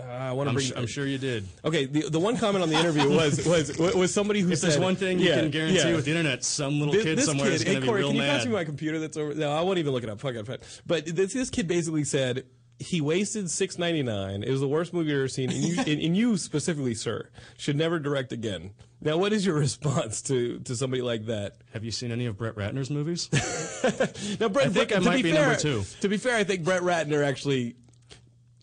C: I, I want to
E: I'm
C: bring.
E: su- I'm sure you did.
C: Okay, the, the one comment on the
E: [LAUGHS]
C: interview was was was somebody who
E: If
C: said
E: there's one thing you
C: Yeah,
E: can guarantee
C: yeah.
E: with the internet, some little
C: This-
E: kid
C: this
E: somewhere is
C: kid-
E: going to
C: hey,
E: be
C: Corey,
E: real
C: can you
E: mad.
C: pass me my computer that's over? No, I won't even look it up. Fuck it. fuck it. But this this kid basically said he wasted six ninety nine. It was the worst movie I've ever seen,
E: [LAUGHS]
C: and you, and, and you specifically, sir, should never direct again. Now, what is your response to to somebody like that?
E: Have you seen any of Brett Ratner's
D: [LAUGHS]
E: movies?
C: now, Brett,
E: I think I
C: to
E: might be
C: fair,
E: number two.
C: To be fair, I think Brett Ratner actually.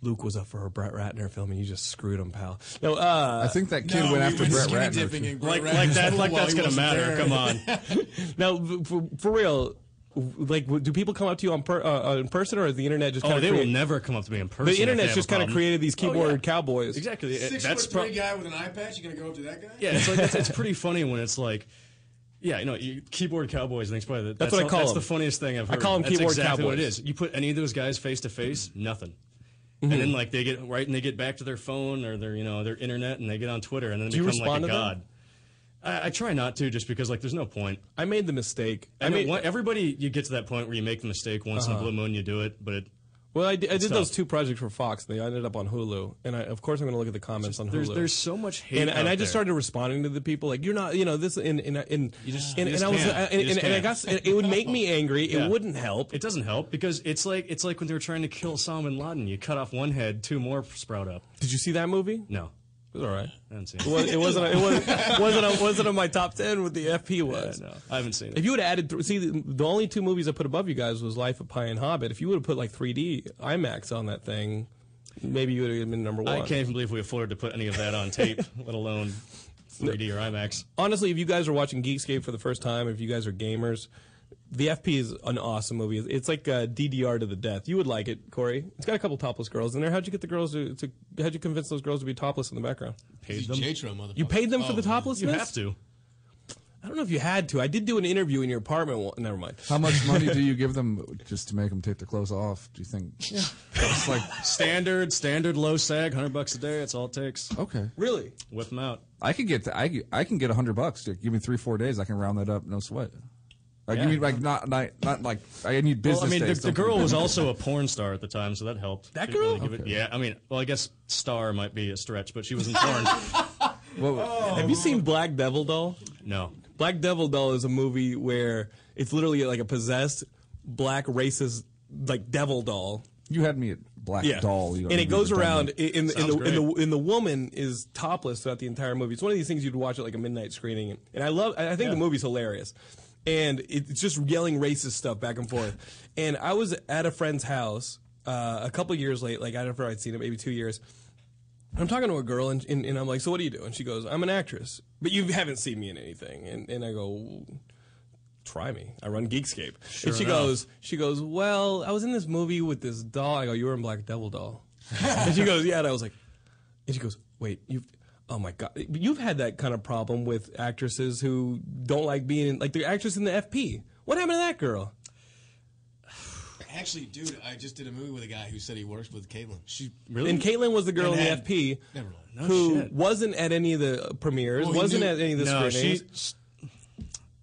C: Luke was up for a Brett Ratner film, and you just screwed him, pal. No, uh,
D: I think that kid No, went we after went Brett skinny Ratner. dipping in Brett Like- like Ratner's that- pool like while that's he gonna wasn't matter. there. Come
C: [LAUGHS]
D: on.
C: now, v- for, for real, w- like, w- do people come up to you on per, uh, uh, in person, or is the internet just?
E: Oh,
C: kinda
E: they will
C: create-
E: never come up to me in person. if
C: The
E: they
C: internet's
E: have
C: just
E: a
C: kind of
E: problem.
C: keyboard these
E: Oh, yeah.
C: keyboard cowboys.
E: Exactly. It-
F: Six
E: that's
F: foot three
E: prob-
F: guy with an eye patch. You gonna go up to that guy?
E: Yeah, [LAUGHS] it's like it's, it's
C: [LAUGHS]
E: pretty funny when it's like, yeah, you know, you, keyboard cowboys. I think it's probably the,
C: That's what I call
E: That's
C: them.
E: the funniest thing I've
C: I
E: heard.
C: call them
E: That's
C: keyboard
E: exactly What it
C: cowboys.
E: is. You put any of those guys face to face, nothing.
C: Mhm.
E: And then like they get right and they get back to their phone or their you know their internet and they get on Twitter and then they
C: Do you
E: become like
C: respond
E: a
C: to them?
E: god. I, I try not to just because like there's no point.
C: I made the mistake.
E: I,
C: I
E: mean,
C: made-
E: one- everybody you get to that point where you make the mistake once in a
C: Uh-huh.
E: blue moon you do it, but it,
C: Well, I, di- I
E: It's
C: did
E: tough.
C: those two projects for Fox. and They ended up on Hulu, and I, of course, I'm going to look at the comments on Hulu.
E: there's- there's so much hate
C: and, and
E: out
C: I just
E: there.
C: started responding to the people like, "You're not, you know, this." And and and and,
E: you
C: and
E: just
C: I was,
E: can't.
C: I-
E: You
C: and,
E: just
C: and, and I
E: can't.
C: got, it, it would make me angry. It
E: Yeah.
C: wouldn't help.
E: It doesn't help because it's like it's like when they were trying to kill Salman Laden. You cut off one head, two more sprout up.
C: Did you see that movie?
E: No,
C: it was all right.
E: I haven't seen
C: It, was, it wasn't. It was, wasn't. [LAUGHS] On, wasn't on my top ten. What the FP was.
E: no, I haven't seen it.
C: If you would have added, th- see, the, the only two movies I put above you guys was Life of Pi and Hobbit. If you would have put like 3D IMAX on that thing, maybe you would have been number one.
E: I can't even believe we afforded to put any of that on tape, [LAUGHS] let alone 3D or IMAX.
C: honestly, if you guys are watching Geekscape for the first time, if you guys are gamers, the FP is an awesome movie. It's like uh, DDR to the death. You would like it, Corey. It's got a couple topless girls in there. How'd you get the girls to? to how'd you convince those girls to be topless in the background?
E: Paid them.
C: You paid them
D: Oh,
C: for the toplessness.
E: Oh, You have to.
C: I don't know if you had to. I did do an interview in your apartment. Well, never mind.
D: How much money do you give them just to make them take their clothes off? Do you think?
E: It's like standard, standard low sag, hundred bucks a day. That's all it takes.
D: Okay.
C: Really?
E: Whip them out.
D: I could get I I can get a hundred bucks. Give me three four days. I can round that up. No sweat. Like
E: Yeah.
D: you mean like not not, not like I need business.
E: well, I mean,
D: days,
E: the, the
D: don't
E: girl
D: forget.
E: was also a porn star at the time, so that helped.
C: That
E: Didn't really
C: girl?
E: give it- yeah, I mean, well, I guess star might be a stretch, but she was in
C: [LAUGHS]
E: porn.
C: Have you seen Black Devil Doll?
E: No.
C: Black Devil Doll is a movie where it's literally like a possessed black racist like devil doll.
D: You had me at black
C: Yeah.
D: doll. You know,
C: and it
D: you
C: goes
D: were done
C: around
D: with-
C: in, in, the- in,
D: Sounds
C: the, in, the,
D: great.
C: in the woman is topless throughout the entire movie. It's one of these things you'd watch at like a midnight screening, and, and I love. I I think the movie's hilarious, and it- it's just yelling racist stuff back and forth.
D: [LAUGHS]
C: and I was at a friend's house uh, a couple years late, like I don't know if I'd seen it, maybe two years. I'm talking to a girl and, and, and I'm like, so what do you do? And she goes, I'm an actress, but you haven't seen me in anything. And, and I go, try me. I run Geekscape.
K: Sure
C: and she
K: enough.
C: goes, she goes, well, I was in this movie with this doll. I go, you were in Black Devil doll. and she goes, yeah. And I was like, and she goes, wait, you've, oh my God. You've had that kind of problem with actresses who don't like being, in, like the actress in the FP. What happened to that girl?
F: Actually, dude, I just did a movie with a guy who said he works with Caitlin. She
C: And Caitlin was the girl
F: And
C: in
F: had-
C: the FP
F: Never mind. No
C: who
F: shit.
C: wasn't at any of the premieres,
F: Well, he
C: wasn't
F: knew-
C: at any of the
E: No,
C: screenings.
E: she.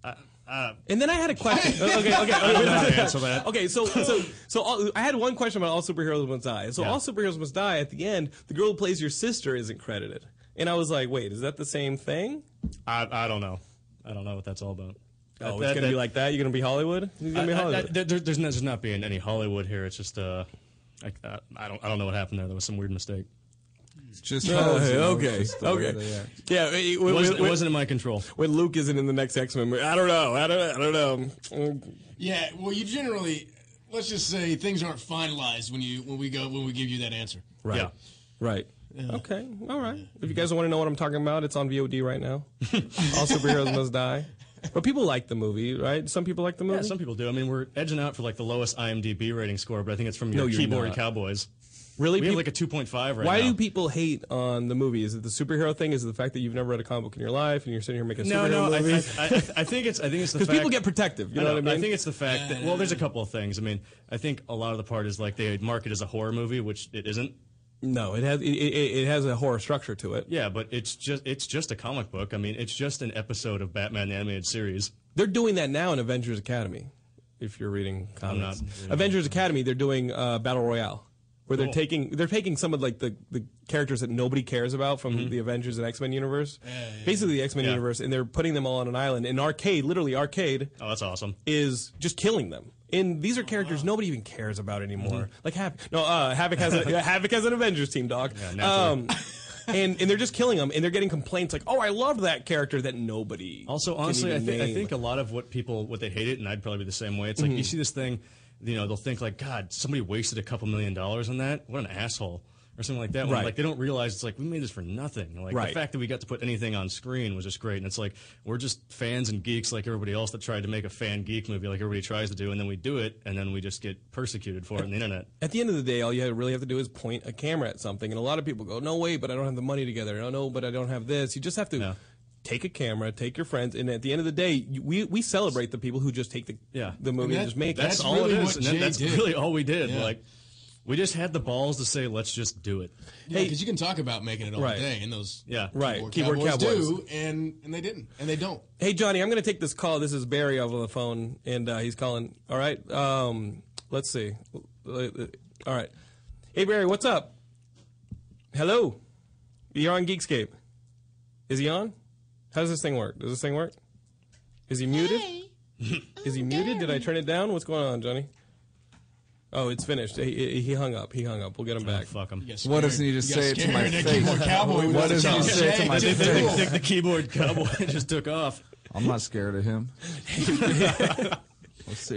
E: I, I,
C: And then I had a question. okay, okay, okay.
E: I don't know
C: [LAUGHS]
E: how to answer that.
C: Okay,
E: [LAUGHS]
C: so so so all, I had one question about all superheroes must die. So all superheroes must die. At the end, the girl who plays your sister isn't credited, and I was like, wait, is that the same thing?
E: I, I don't know. I don't know what that's all about.
C: Oh,
E: That-
C: it's gonna
E: that-
C: be like that. You're gonna be Hollywood. You're gonna be
E: I- I-
C: Hollywood.
E: I- there- there- there's, not, there's not being any Hollywood here. It's just uh, like uh, I don't I don't know what happened there. There was some weird mistake. It's
D: just
C: Oh, hey, okay, okay, yeah. It, it-
E: It wasn't-
C: when-
E: it wasn't in my control.
C: When Luke isn't in the next X Men movie, I don't know. I don't. I don't know.
F: Yeah, well, you generally let's just say things aren't finalized when you when we go when we give you that answer.
C: Right. Right. Okay. All right. If you guys want to know what I'm talking about, it's on VOD right
E: [LAUGHS]
C: now. All superheroes must die. But people like the movie, right? Some people like the movie.
E: Yeah, some people do. I mean, we're edging out for like the lowest IMDb rating score, but I think it's from your
C: No, you're
E: keyboard
C: not.
E: cowboys.
C: Really,
E: we have
C: peop-
E: like a two point five right
C: Why
E: now.
C: do people hate on the movie? Is it the superhero thing? Is it the fact that you've never read a comic book in your life and you're sitting here making a
E: no,
C: superhero
E: no, I,
C: movie?
E: I, I, I think it's I think it's the
C: [LAUGHS] 'Cause
E: fact
C: people get protective. You know, what I mean?
E: I think it's the fact that well, there's a couple of things. I mean, I think a lot of the part is like they market it as a horror movie, which it isn't.
C: No, it has it, it, it has a horror structure to it.
E: Yeah, but it's just it's just a comic book. I mean, it's just an episode of Batman the animated series.
C: They're doing that now in Avengers Academy. If you're reading comics,
E: not reading
C: Avengers Academy, they're doing uh, battle royale, where they're
E: Cool.
C: taking they're taking some of like the, the characters that nobody cares about from the Avengers and X Men universe, basically the X Men
E: Mm-hmm. Yeah.
C: universe, and they're putting them all on an island. And arcade, literally arcade.
E: Oh, that's awesome.
C: Is just killing them. And these are characters nobody even cares about anymore.
E: Mm-hmm.
C: Like Havoc. No, uh, Havoc
E: [LAUGHS]
C: has a, Havoc has an Avengers team, dog. Um,
E: naturally. [LAUGHS]
C: and and they're just killing them, and they're getting complaints like, "Oh, I loved that character that nobody."
E: Also,
C: can
E: honestly, I,
C: even
E: thi- I
C: name."
E: think a lot of what people what they hate it, and I'd probably be the same way. It's like you
C: Mhm.
E: see this thing, you know, they'll think like, God, somebody wasted a couple million dollars on that. What an asshole, or something like that. When,
C: Right.
E: Like they don't realize it's like we made this for nothing. Like the
C: Right.
E: fact that we got to put anything on screen was just great. And it's like we're just fans and geeks like everybody else that tried to make a fan geek movie like everybody tries to do, and then we do it, and then we just get persecuted for it on the internet.
C: At the end of the day, all you really have to do is point a camera at something. And a lot of people go, no, wait, but I don't have the money together. No, no, but I don't have this. You just have to take a camera, take your friends. And at the end of the day, you, we, we celebrate the people who just take the,
E: Yeah,
C: the movie and,
E: that-
C: just make
E: that's
C: it.
E: all it is. and that- that's really all we did.
C: Yeah.
E: Like we just had the balls to say, let's just do it.
F: Yeah, because you can talk about making it all day, and those
E: yeah
F: keyboard cowboys, do, and and they didn't, and they don't.
C: Hey, Johnny, I'm going to take this call. This is Barry over the phone, and uh, he's calling. All right. Um, let's see. All right. Hey, Barry, what's up? Hello. You're on Geekscape. Is he on? How does this thing work? Does this thing work? Is he muted? is he muted? Did I turn it down? What's going on, Johnny? Oh, it's finished. He- He, he hung up. He hung up. We'll get him back.
E: Oh, fuck him.
D: What doesn't he just
C: You got
D: say it
F: [LAUGHS]
D: to
C: scared
D: my
C: of the
D: face?
C: keyboard cowboy
D: What
C: with
D: does
C: the
D: he say it to my
C: Hey,
E: the,
D: face?
E: the- the keyboard cowboy just took off.
D: I'm not scared
C: [LAUGHS]
D: of him. I'll sit
C: You're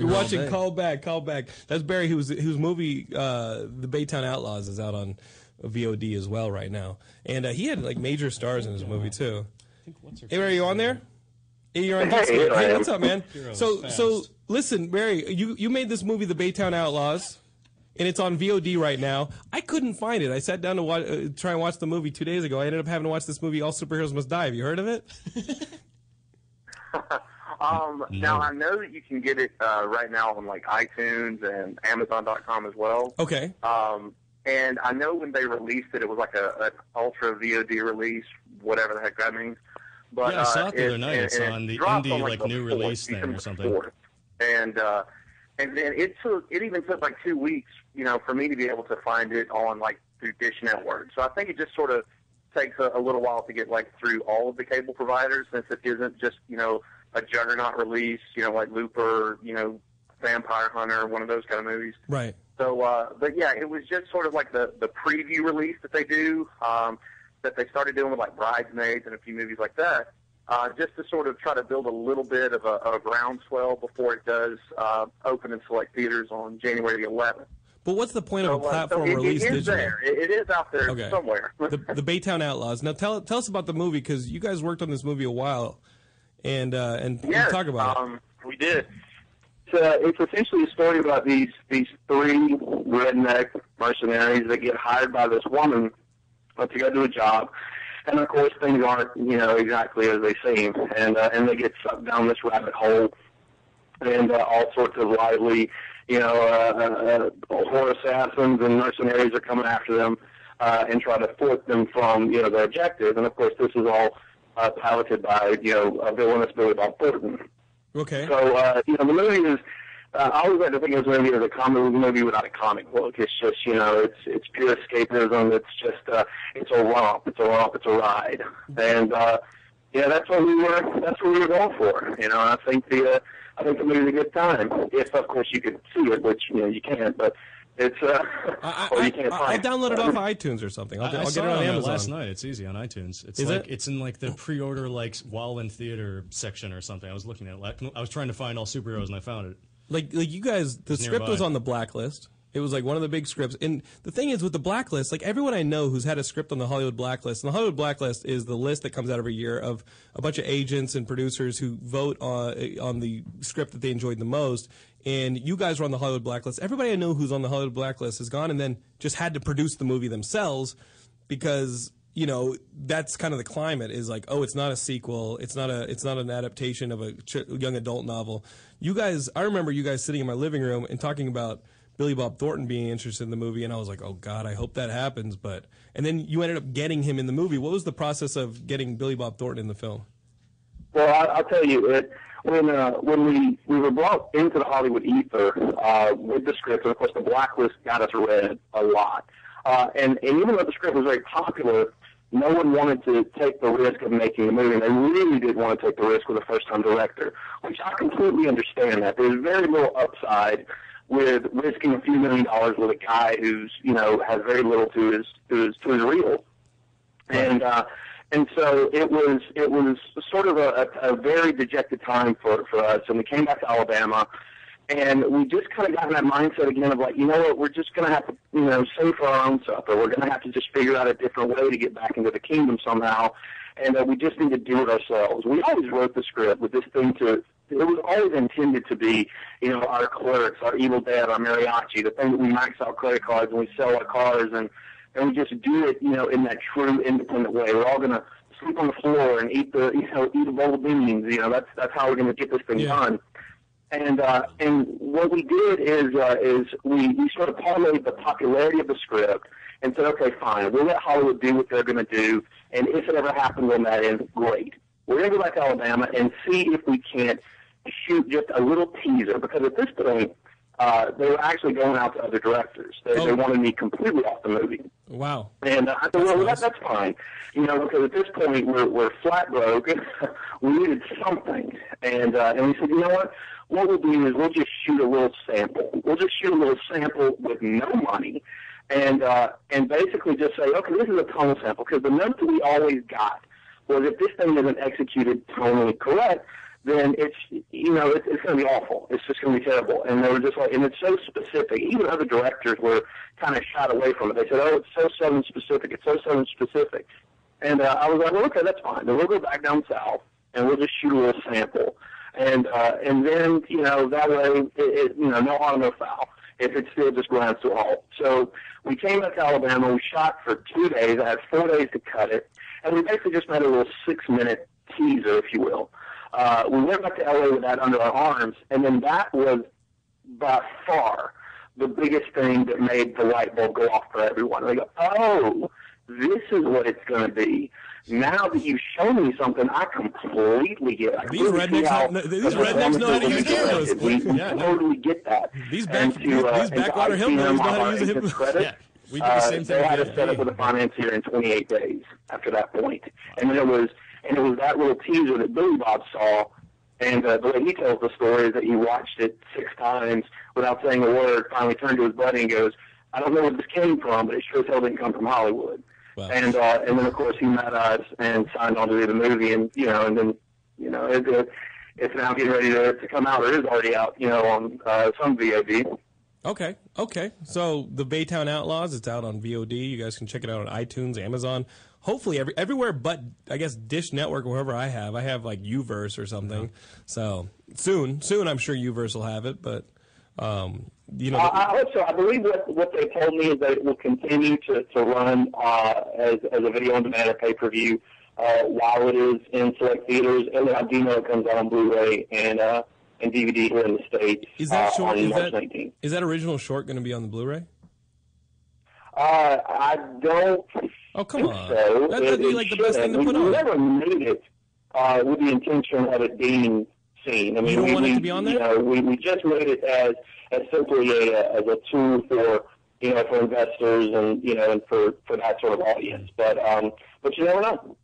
D: here all
C: watching
D: day.
C: Call Back, Call Back. That's Barry, whose whose movie uh, The Baytown Outlaws is out on VOD as well right now, and uh, he had like major stars in his movie too. Hey, Barry, you on there? Hey, you're on.
B: Hey,
C: Discord.
B: here I
C: hey
B: am.
C: what's up, man?
B: Heroes
C: So,
B: fast.
C: so listen, Barry, you you made this movie, The Baytown Outlaws. And it's on VOD right now. I couldn't find it. I sat down to watch, uh, try and watch the movie two days ago. I ended up having to watch this movie, All Superheroes Must Die. Have you heard of it?
A: Um, Now I know that you can get it uh, right now on like iTunes and Amazon.com as well.
C: Okay.
A: Um, and I know when they released it, it was like a an ultra VOD release, whatever the heck that means. But
E: yeah, I saw
A: uh,
E: it the other night.
A: and-
E: It's
A: and it
E: on the
A: dropped
E: indie
A: on,
E: like,
A: the
E: new
A: fourth,
E: release thing or
A: December
E: something.
A: 4th. and uh, and then it took it even took like two weeks, you know, for me to be able to find it on like through Dish Network. So I think it just sort of takes a, a little while to get like through all of the cable providers, since it isn't just you know a juggernaut release, you know, like Looper, you know, Vampire Hunter, one of those kind of movies.
C: Right.
A: So, uh, but yeah, it was just sort of like the the preview release that they do, um, that they started doing with like Bridesmaids and a few movies like that, uh, just to sort of try to build a little bit of a, of a groundswell before it does uh, open in select theaters on January the 11th.
C: But what's the point of a
A: So, uh, so
C: platform
A: it-
C: release
A: it
C: digitally?
A: is there. It, it is out there
C: Okay.
A: somewhere.
C: the, the Baytown Outlaws. Now tell tell us about the movie because you guys worked on this movie a while, and uh, and and
A: Yes,
C: talk about
A: um, We did. It's, uh, it's essentially a story about these these three redneck mercenaries that get hired by this woman uh, to go do a job, and of course things aren't you know exactly as they seem, and uh, and they get sucked down this rabbit hole, and uh, all sorts of lively, you know, uh, uh, uh, horror assassins and mercenaries are coming after them uh, and try to thwart them from you know their objective, and of course this is all uh, piloted by you know a villainous Billy Bob Thornton.
C: it. Okay.
A: So uh, you know, the movie is. Uh, I always like to think of this movie as a comic book movie without a comic book. It's just you know, it's it's pure escapism. It's just uh, it's a romp. It's a romp. It's a ride.
C: Mm-hmm.
A: And uh, yeah, that's what we were. That's what we were going for. You know, I think the uh, I think the movie's a good time. If of course you could see it, which you know you can't, but it's uh, [LAUGHS] or you can't
C: I, I'll
A: find
C: download it off of iTunes or something. I'll,
E: I,
C: do-
E: I
C: I'll
E: saw
C: get it on
E: there
C: Amazon.
E: last night. It's easy on iTunes. It's
C: Is
E: like
C: it?
E: it's in like the pre-order like while in theater section or something. I was looking at it. Like, I was trying to find all superheroes and I found it.
C: Like like you guys, the
E: It's
C: script was
E: nearby.
C: on the blacklist. It was like one of the big scripts. And the thing is with the blacklist, like everyone I know who's had a script on the Hollywood blacklist, and the Hollywood blacklist is the list that comes out every year of a bunch of agents and producers who vote on, eh, on the script that they enjoyed the most. And you guys were on the Hollywood blacklist. Everybody I know who's on the Hollywood blacklist has gone and then just had to produce the movie themselves because you know that's kind of the climate is like oh it's not a sequel it's not a it's not an adaptation of a ch- young adult novel you guys i remember you guys sitting in my living room and talking about billy bob thornton being interested in the movie and i was like oh god i hope that happens but and then you ended up getting him in the movie what was the process of getting billy bob thornton in the film
A: Well, I, I'll tell you, it, when uh, when we, we were brought into the Hollywood ether uh, with the script, and of course the blacklist got us read a lot. Uh, and, and even though the script was very popular, no one wanted to take the risk of making a movie, and they really didn't want to take the risk with a first-time director, which I completely understand that. There's very little upside with risking a few million dollars with a guy who's you know has very little to his to his to his reel and uh, and so it was it was sort of a, a, a very dejected time for for us. And we came back to Alabama, and we just kind of got in that mindset again of like, you know what, we're just going to have to you know save for our own supper. We're going to have to just figure out a different way to get back into the kingdom somehow, and uh, we just need to do it ourselves. We always wrote the script with this thing to. It was always intended to be, you know, our clerks, our Evil Dead, our mariachi, the thing that we max out credit cards and we sell our cars and and we just do it, you know, in that true independent way. We're all gonna sleep on the floor and eat the, you know, eat a bowl of beans. You know, that's that's how we're gonna get this thing done. And uh, and what we did is uh, is we, we sort of parlayed the popularity of the script and said, okay, fine, we'll let Hollywood do what they're gonna do, and if it ever happens on that end, great. We're gonna go back to Alabama and see if we can't shoot just a little teaser because at this point. Uh, they were actually going out to other directors. They, they wanted me completely off the movie.
C: wow
A: And uh, I said, well, that, that's fine. You know, because at this point we're, we're flat broke. [LAUGHS] we needed something. And, uh, and we said, you know what? What we'll do is we'll just shoot a little sample. We'll just shoot a little sample with no money. And, uh, and basically just say, okay, this is a tonal sample. Because the note that we always got was if this thing isn't executed tonally correct, then it's you know it's, it's going to be awful. It's just going to be terrible. And they were just like, and it's so specific. Even other directors were kind of shied away from it. They said, oh, it's so southern specific. It's so southern specific. And uh, I was like, well, okay, that's fine. Then we'll go back down south and we'll just shoot a little sample. And uh, and then you know that way, it, it, you know, no harm, no foul. If it still just grinds to a halt. So we came back to Alabama. We shot for two days. I had four days to cut it, and we basically just made a little six-minute teaser, if you will uh, we went back to LA with that under our arms, and then that was by far the biggest thing that made the light bulb go off for everyone. They go, oh, this is what it's going to be. Now that you've shown me something, I completely get. I
C: These
A: completely see
C: rednecks
A: how
C: know-
A: the
C: these rednecks know how to use
A: performance was
C: cameras.
A: directed. We
C: Yeah, no.
A: totally get that. uh,
C: These
A: back,
C: these- these backwater hillbillies know how to use a hypno- [LAUGHS]
A: Credit,
C: Yeah, we did the same thing
A: uh, They
C: with
A: had
C: the
A: us set up with a financier in 28 days after that point, and then it was and it was that little teaser that Billy Bob saw. And uh, the way he tells the story is that he watched it six times without saying a word. Finally, turned to his buddy and goes, "I don't know where this came from, but it sure as hell didn't come from Hollywood." And uh, and then of course he met us and signed on to do the movie, and you know, and then you know, it, it, it's now getting ready to, to come out or is already out, you know, on uh, some VOD.
C: Okay, okay. So the Baytown Outlaws, it's out on VOD. You guys can check it out on iTunes, Amazon, hopefully every, everywhere but I guess Dish Network, wherever I have. I have like Uverse or something.
E: Uh-huh.
C: So soon, soon I'm sure Uverse will have it. But um, you know,
A: I, I hope so. I believe what, what they told me is that it will continue to, to run uh, as, as a video on demand or pay per view uh, while it is in select theaters, and then I do know it comes out on Blu-ray and uh, and DVD here in the states.
C: is that
A: uh,
C: short?
A: on
C: Is that
A: March 19th.
C: is that original short going to be on the Blu-ray?
A: Uh, I don't.
C: Oh come
A: think
C: on!
A: So.
C: That-
A: It-
C: that'd be
A: it
C: like the best
A: shouldn't.
C: thing to
A: we,
C: put
A: we
C: on.
A: never made it uh, with the intention of it being seen. I mean,
C: You don't
A: we,
C: want it
A: we-
C: to be on
A: You know, we, we just made it as as simply a as a tool for you know for investors and you know and for for that sort of audience. But um, but you never know.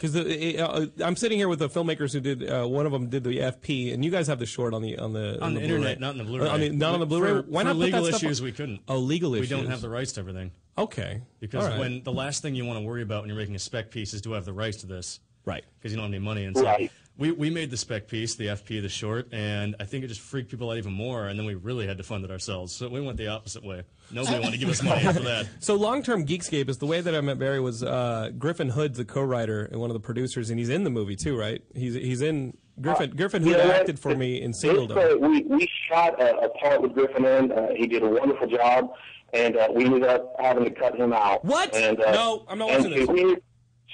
C: Because uh, I'm sitting here with the filmmakers who did uh, one of them did the FP, and you guys have the short on the on the
E: On the
C: Blu-ray.
E: internet, not in the Blu-ray.
C: Uh, on the- not on the Blu-ray.
E: For-
C: Why
E: for
C: not put
E: legal
C: that stuff
E: issues,
C: on-
E: we couldn't.
C: Oh, legal
E: We
C: issues.
E: don't have the rights to everything.
C: Okay.
E: Because
C: All right.
E: when the last thing you want to worry about when you're making a spec piece is do I have the rights to this?
C: Right.
E: Because you don't have any money. And so
C: Right.
E: We, we made the spec piece, the FP, the short, and I think it just freaked people out even more. And then we really had to fund it ourselves. So we went the opposite way. Nobody wanted to give us money for that.
C: So long term Geekscape is the way that I met Barry was uh, Griffin Hood's the co-writer and one of the producers, and he's in the movie too, right? He's he's in Griffin
A: Uh,
C: Griffin
A: you
C: Hood
A: know what?
C: acted for me in Singledom.
A: Basically, we, we shot a, a part with Griffin in. Uh, he did a wonderful job, and uh, we ended up having to cut him out. What? And, uh,
C: No, I'm not
A: and
C: watching
A: to
C: this.
A: His,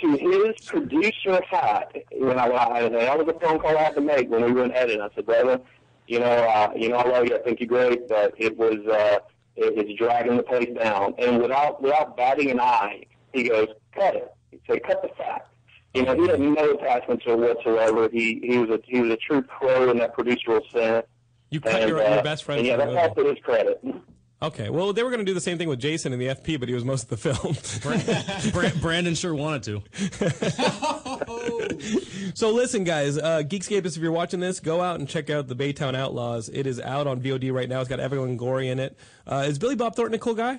A: to his producer hat, when I, when I and that was a phone call I had to make when we were in edit. I said, brother, you know, uh, you know, I love you. I think you're great, but it was uh, it, it's dragging the place down. And without without batting an eye, he goes, cut it. He said, cut the fat. You know, he had no attachment to it whatsoever. He he was a he was a true pro in that producer's sense.
C: You cut
A: and,
C: your-
A: uh,
C: your best friend
A: and yeah,
C: from the
A: that's all to his credit.
C: Okay, well they were going to do the same thing with Jason in the FP, but he was most of the film.
E: [LAUGHS] Bra- Brandon sure wanted to.
C: [LAUGHS] So listen, guys, uh, Geekscapists, if you're watching this, go out and check out the Baytown Outlaws. It is out on VOD right now. It's got Everyone Glory in it. Uh, is Billy Bob Thornton a cool guy?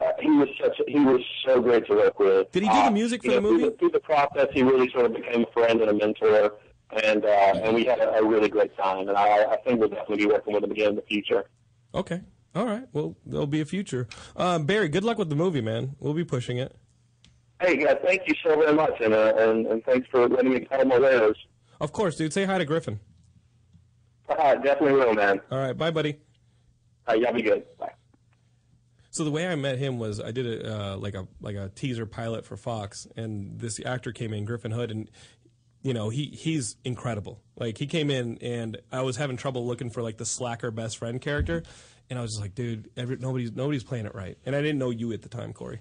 A: Uh, he was such a, he was so great to work with.
C: Did he do the
A: Uh,
C: music for
A: you
C: the
A: know,
C: movie?
A: Through the, through the process, he really sort of became a friend and a mentor, and uh, and we had a, a really great time. And I, I think we'll definitely be working with him again in the future.
C: Okay, all right. Well, there'll be a future. Um, Barry, good luck with the movie, man. We'll be pushing it.
A: Hey, yeah, thank you so very much, and uh, and, and thanks for letting me tell my wares.
C: Of course, dude. Say hi to Griffin.
A: Uh, definitely will, man.
C: All right, bye, buddy.
A: Uh, y'all be good. Bye.
C: So the way I met him was I did a uh, like a like a teaser pilot for Fox, and this actor came in, Griffin Hood, and you know he he's incredible. Like he came in, and I was having trouble looking for like the slacker best friend character, and I was just like, dude, every, nobody's nobody's playing it right, and I didn't know you at the time, Corey.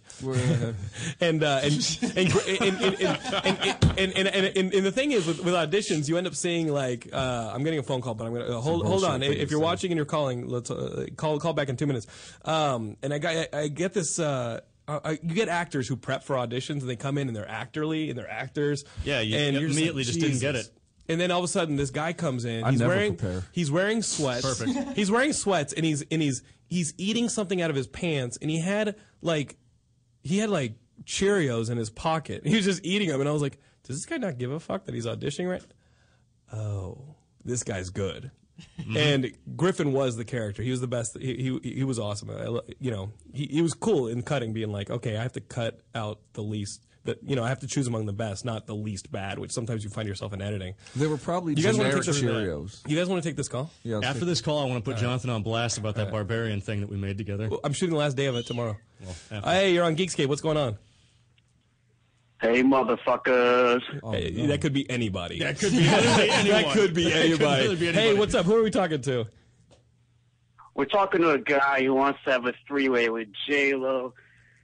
C: [LAUGHS] and uh, and and gr- and and and and, and, and, and, and the thing is with, with auditions, you end up seeing like uh, I'm getting a phone call, but I'm gonna uh, hold
K: Some
C: hold
K: bullshit
C: on.
K: thing
C: If
K: to
C: you're
K: say.
C: watching and you're calling, let's uh, call call back in two minutes. Um, and I got I, I get this. Uh, I, I- you get actors who prep for auditions and they come in and they're actorly and they're actors.
E: Yeah, you
C: and you're
E: immediately just didn't get
C: "Jesus."
E: it.
C: And then all of a sudden, this guy comes in.
D: I
C: he's
D: never
C: wearing
D: prepare.
C: he's wearing sweats.
D: Perfect.
C: [LAUGHS] he's wearing sweats and he's and he's he's eating something out of his pants and he had like he had like Cheerios in his pocket. [LAUGHS] He was just eating them, and I was like, "Does this guy not give a fuck that he's auditioning right?" Oh, this guy's good.
D: Mm-hmm.
C: And Griffin was the character. He was the best. He he, he was awesome. I, lo- you know, he, he was cool in cutting, being like, "Okay, I have to cut out the least." That you know, I have to choose among the best, not the least bad. Which sometimes you find yourself in editing.
D: They were probably
C: You guys want to
D: generic
C: take this?
D: Cheerios.
C: You guys want to take this call?
D: Yeah, let's
E: After
D: take-
E: this call, I want to put
C: All right.
E: Jonathan on blast about that
C: All right.
E: barbarian thing that we made together.
C: I'm shooting the last day of it tomorrow.
E: Well, after.
C: Hey, you're on Geekscape. What's going on?
A: Hey, motherfuckers.
C: Hey, That could be
E: [LAUGHS]
C: anybody.
E: That could be literally
C: that
E: anyone.
C: could be
E: [LAUGHS] That could
C: anybody.
E: literally be
C: Hey,
E: anybody.
C: what's up? Who are we talking to?
O: We're talking to a guy who wants to have a three way with J Lo,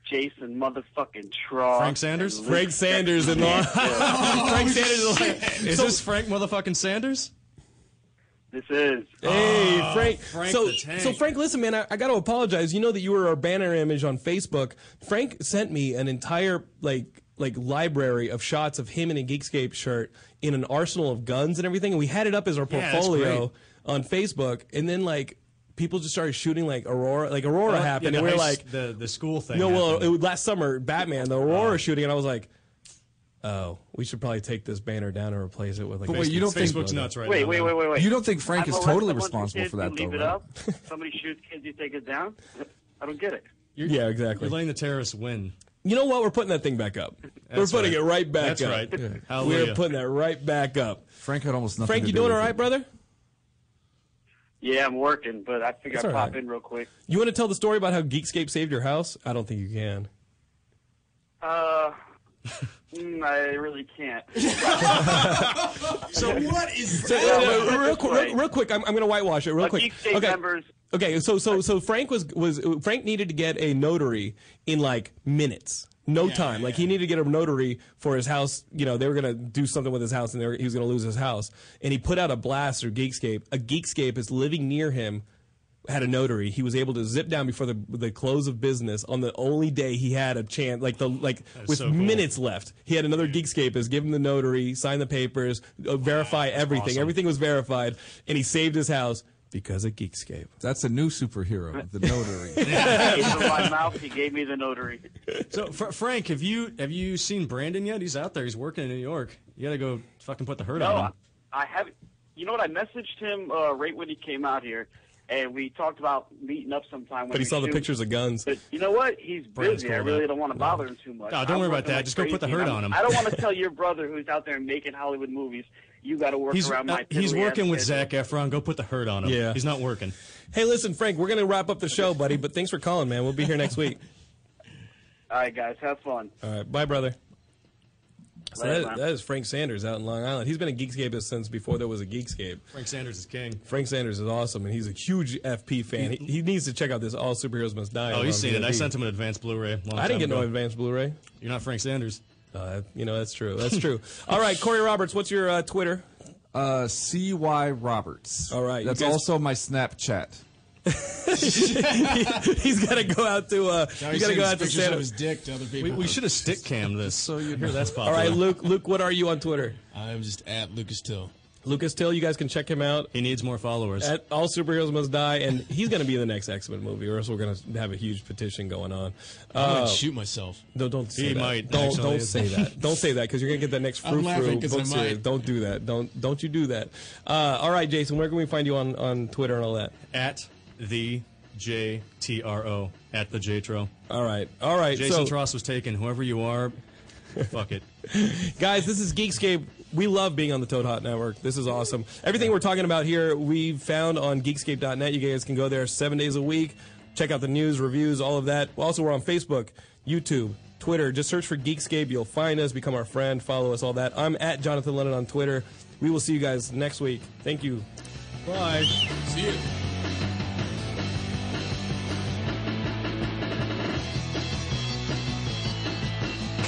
O: Jason motherfucking Troy.
E: Frank Sanders?
O: and
C: Frank
O: Luke
C: Sanders [LAUGHS] in the. Frank Sanders is like.
E: Oh, Is
C: So-
E: this Frank motherfucking Sanders?
O: [LAUGHS] This is.
C: Hey,
E: Oh,
C: Frank.
E: Frank
C: so,
E: the Tank.
C: so Frank, listen, man, I, I got to apologize. You know that you were our banner image on Facebook. Frank sent me an entire like like library of shots of him in a Geekscape shirt in an arsenal of guns and everything, and we had it up as our
K: Yeah, that's
C: portfolio
K: great.
C: on Facebook, and then like. People just started shooting like Aurora, like Aurora
E: Oh, yeah,
C: happened,
E: the
C: and we
E: heist-
C: were like,
E: the the school thing.
C: no, well,
E: happened.
C: it was last summer, Batman, the Aurora shooting, and I was like, oh, we should probably take this banner down and replace it with like.
D: But wait, you don't think- Facebook's nuts right Wait, now, wait, man. wait, wait, wait. You don't think Frank is totally responsible for that,
O: leave
D: though,
O: it
D: right?
O: up. Somebody shoots kids, you take it down. I don't get it.
C: yeah, exactly.
E: You're letting the terrorists win.
C: You know what? We're putting that thing back up.
E: That's
C: We're putting
E: right.
C: it right back
E: That's
C: up.
E: right. Yeah.
C: We're
E: Hallelujah.
C: putting that right back up.
D: Frank had almost nothing.
C: Frank,
D: to
C: you
D: do
C: doing
D: with
C: all
D: it.
C: right, brother?
O: Yeah, I'm working, but I figure
C: That's
O: I'd
C: all
O: pop
C: right.
O: in real quick.
C: You want to tell the story about how Geekscape saved your house? I don't think you can.
O: Uh, mm, I really can't.
F: [LAUGHS]
C: So
O: what is
C: So, uh, real, real, real, real quick, I'm, I'm going to whitewash it real quick. [LAUGHS]
O: Geekscape members-
C: Okay, so so so Frank was was Frank needed to get a notary in like minutes. No time. Like he needed to get a notary for his house. You know, they were gonna do something with his house, and they were, he was gonna lose his house. And he put out a blast through Geekscape. A Geekscape is living near him. Had a notary. He was able to zip down before the the close of business on the only day he had a chance. Like the like
K: That's
C: with
K: so cool.
C: minutes left, he had another Geekscapist give him the notary, sign the papers, uh, verify everything.
D: awesome.
C: Everything was verified, and he saved his house because of Geekscape.
D: That's a new superhero, the notary.
C: [LAUGHS]
O: Open my mouth. He gave me the notary.
E: So, Fr- Frank, have you have you seen Brandon yet? He's out there. He's working in New York. You gotta go fucking put the hurt
O: No,
E: on him.
O: Oh, I haven't. You know what? I messaged him uh, right when he came out here, and we talked about meeting up sometime. When
C: But he
O: we
C: saw the
O: shoot.
C: pictures of guns.
O: But you know what? He's
C: Brand's
O: busy. I
C: cool,
O: really
C: though.
O: don't want to bother him too much.
E: No, don't
O: I'm
E: worry about
O: working
E: that.
O: like
E: Just go put the
O: crazy,
E: hurt
O: and I'm-
E: on him.
O: I don't want
E: [LAUGHS]
O: to tell your brother who's out there making Hollywood movies. You got to work
E: He's,
O: around my.
E: uh, he's
O: piddly ass
E: working with
O: schedule.
E: Zach Efron. Go put the hurt on him.
C: Yeah.
E: He's not working.
C: Hey, listen, Frank, we're gonna wrap up the show, buddy. But thanks for calling, man. We'll be here next week.
O: All right, guys, have fun.
E: Uh,
C: All right, bye, brother. So
O: Later,
C: that,
O: man.
C: that is Frank Sanders out in Long Island. He's been a Geekscape since before there was a Geekscape.
E: Frank Sanders is king.
C: Frank Sanders is awesome, and he's a huge FP fan. He, he needs to check out this All Superheroes Must Die.
E: Oh,
C: on
E: he's seen it. I
C: VOD.
E: sent him an advanced Blu-ray. Long
C: I
E: time
C: didn't get no
E: ago.
C: advanced
E: [LAUGHS]
C: Blu-ray.
E: You're not Frank Sanders.
C: Uh, you know that's true. That's true. All right, Corey Roberts, what's your uh, Twitter? [LAUGHS]
D: Uh, CY Roberts. All right.
C: you
D: That's
C: guys-
D: also my Snapchat.
C: he's got to go out to. Uh,
D: Now
C: you got to
D: he's sending
C: go out to
D: pictures of
C: Santa.
D: his
F: dick to other people.
E: We, we should have stick cammed this. [LAUGHS] so you hear that's
C: All
E: popular.
C: right, Luke. Luke, what are you on Twitter?
F: I'm just at Lucas Till.
C: Lucas Till. You guys can check him out.
E: He needs more followers.
C: At All superheroes must die, and he's going to be in the next X Men movie, or else we're going to have a huge petition going on. Uh,
F: I might shoot myself.
C: No, don't say
F: He
C: that.
F: might,
C: Don't
F: actually.
C: don't say that. Don't say that because you're going to get that next
F: I'm
C: frou frou
F: laughing 'cause I
C: book series.
F: might.
C: Don't do that. Don't don't you do that. Uh, all right, Jason, where can we find you on on Twitter and all that?
E: At the J T R O at the J Tro.
C: All right, all right.
E: Jason
C: so-
E: Tross was taken. Whoever you are, fuck it.
C: Guys, this is Geekscape. We love being on the Toad Hot Network. This is awesome. Everything we're talking about here, we found on geekscape.net. You guys can go there seven days a week. Check out the news, reviews, all of that. Also, we're on Facebook, YouTube, Twitter. Just search for Geekscape. You'll find us, become our friend, follow us, all that. I'm at Jonathan Lennon on Twitter. We will see you guys next week. Thank you.
E: Bye.
F: See you.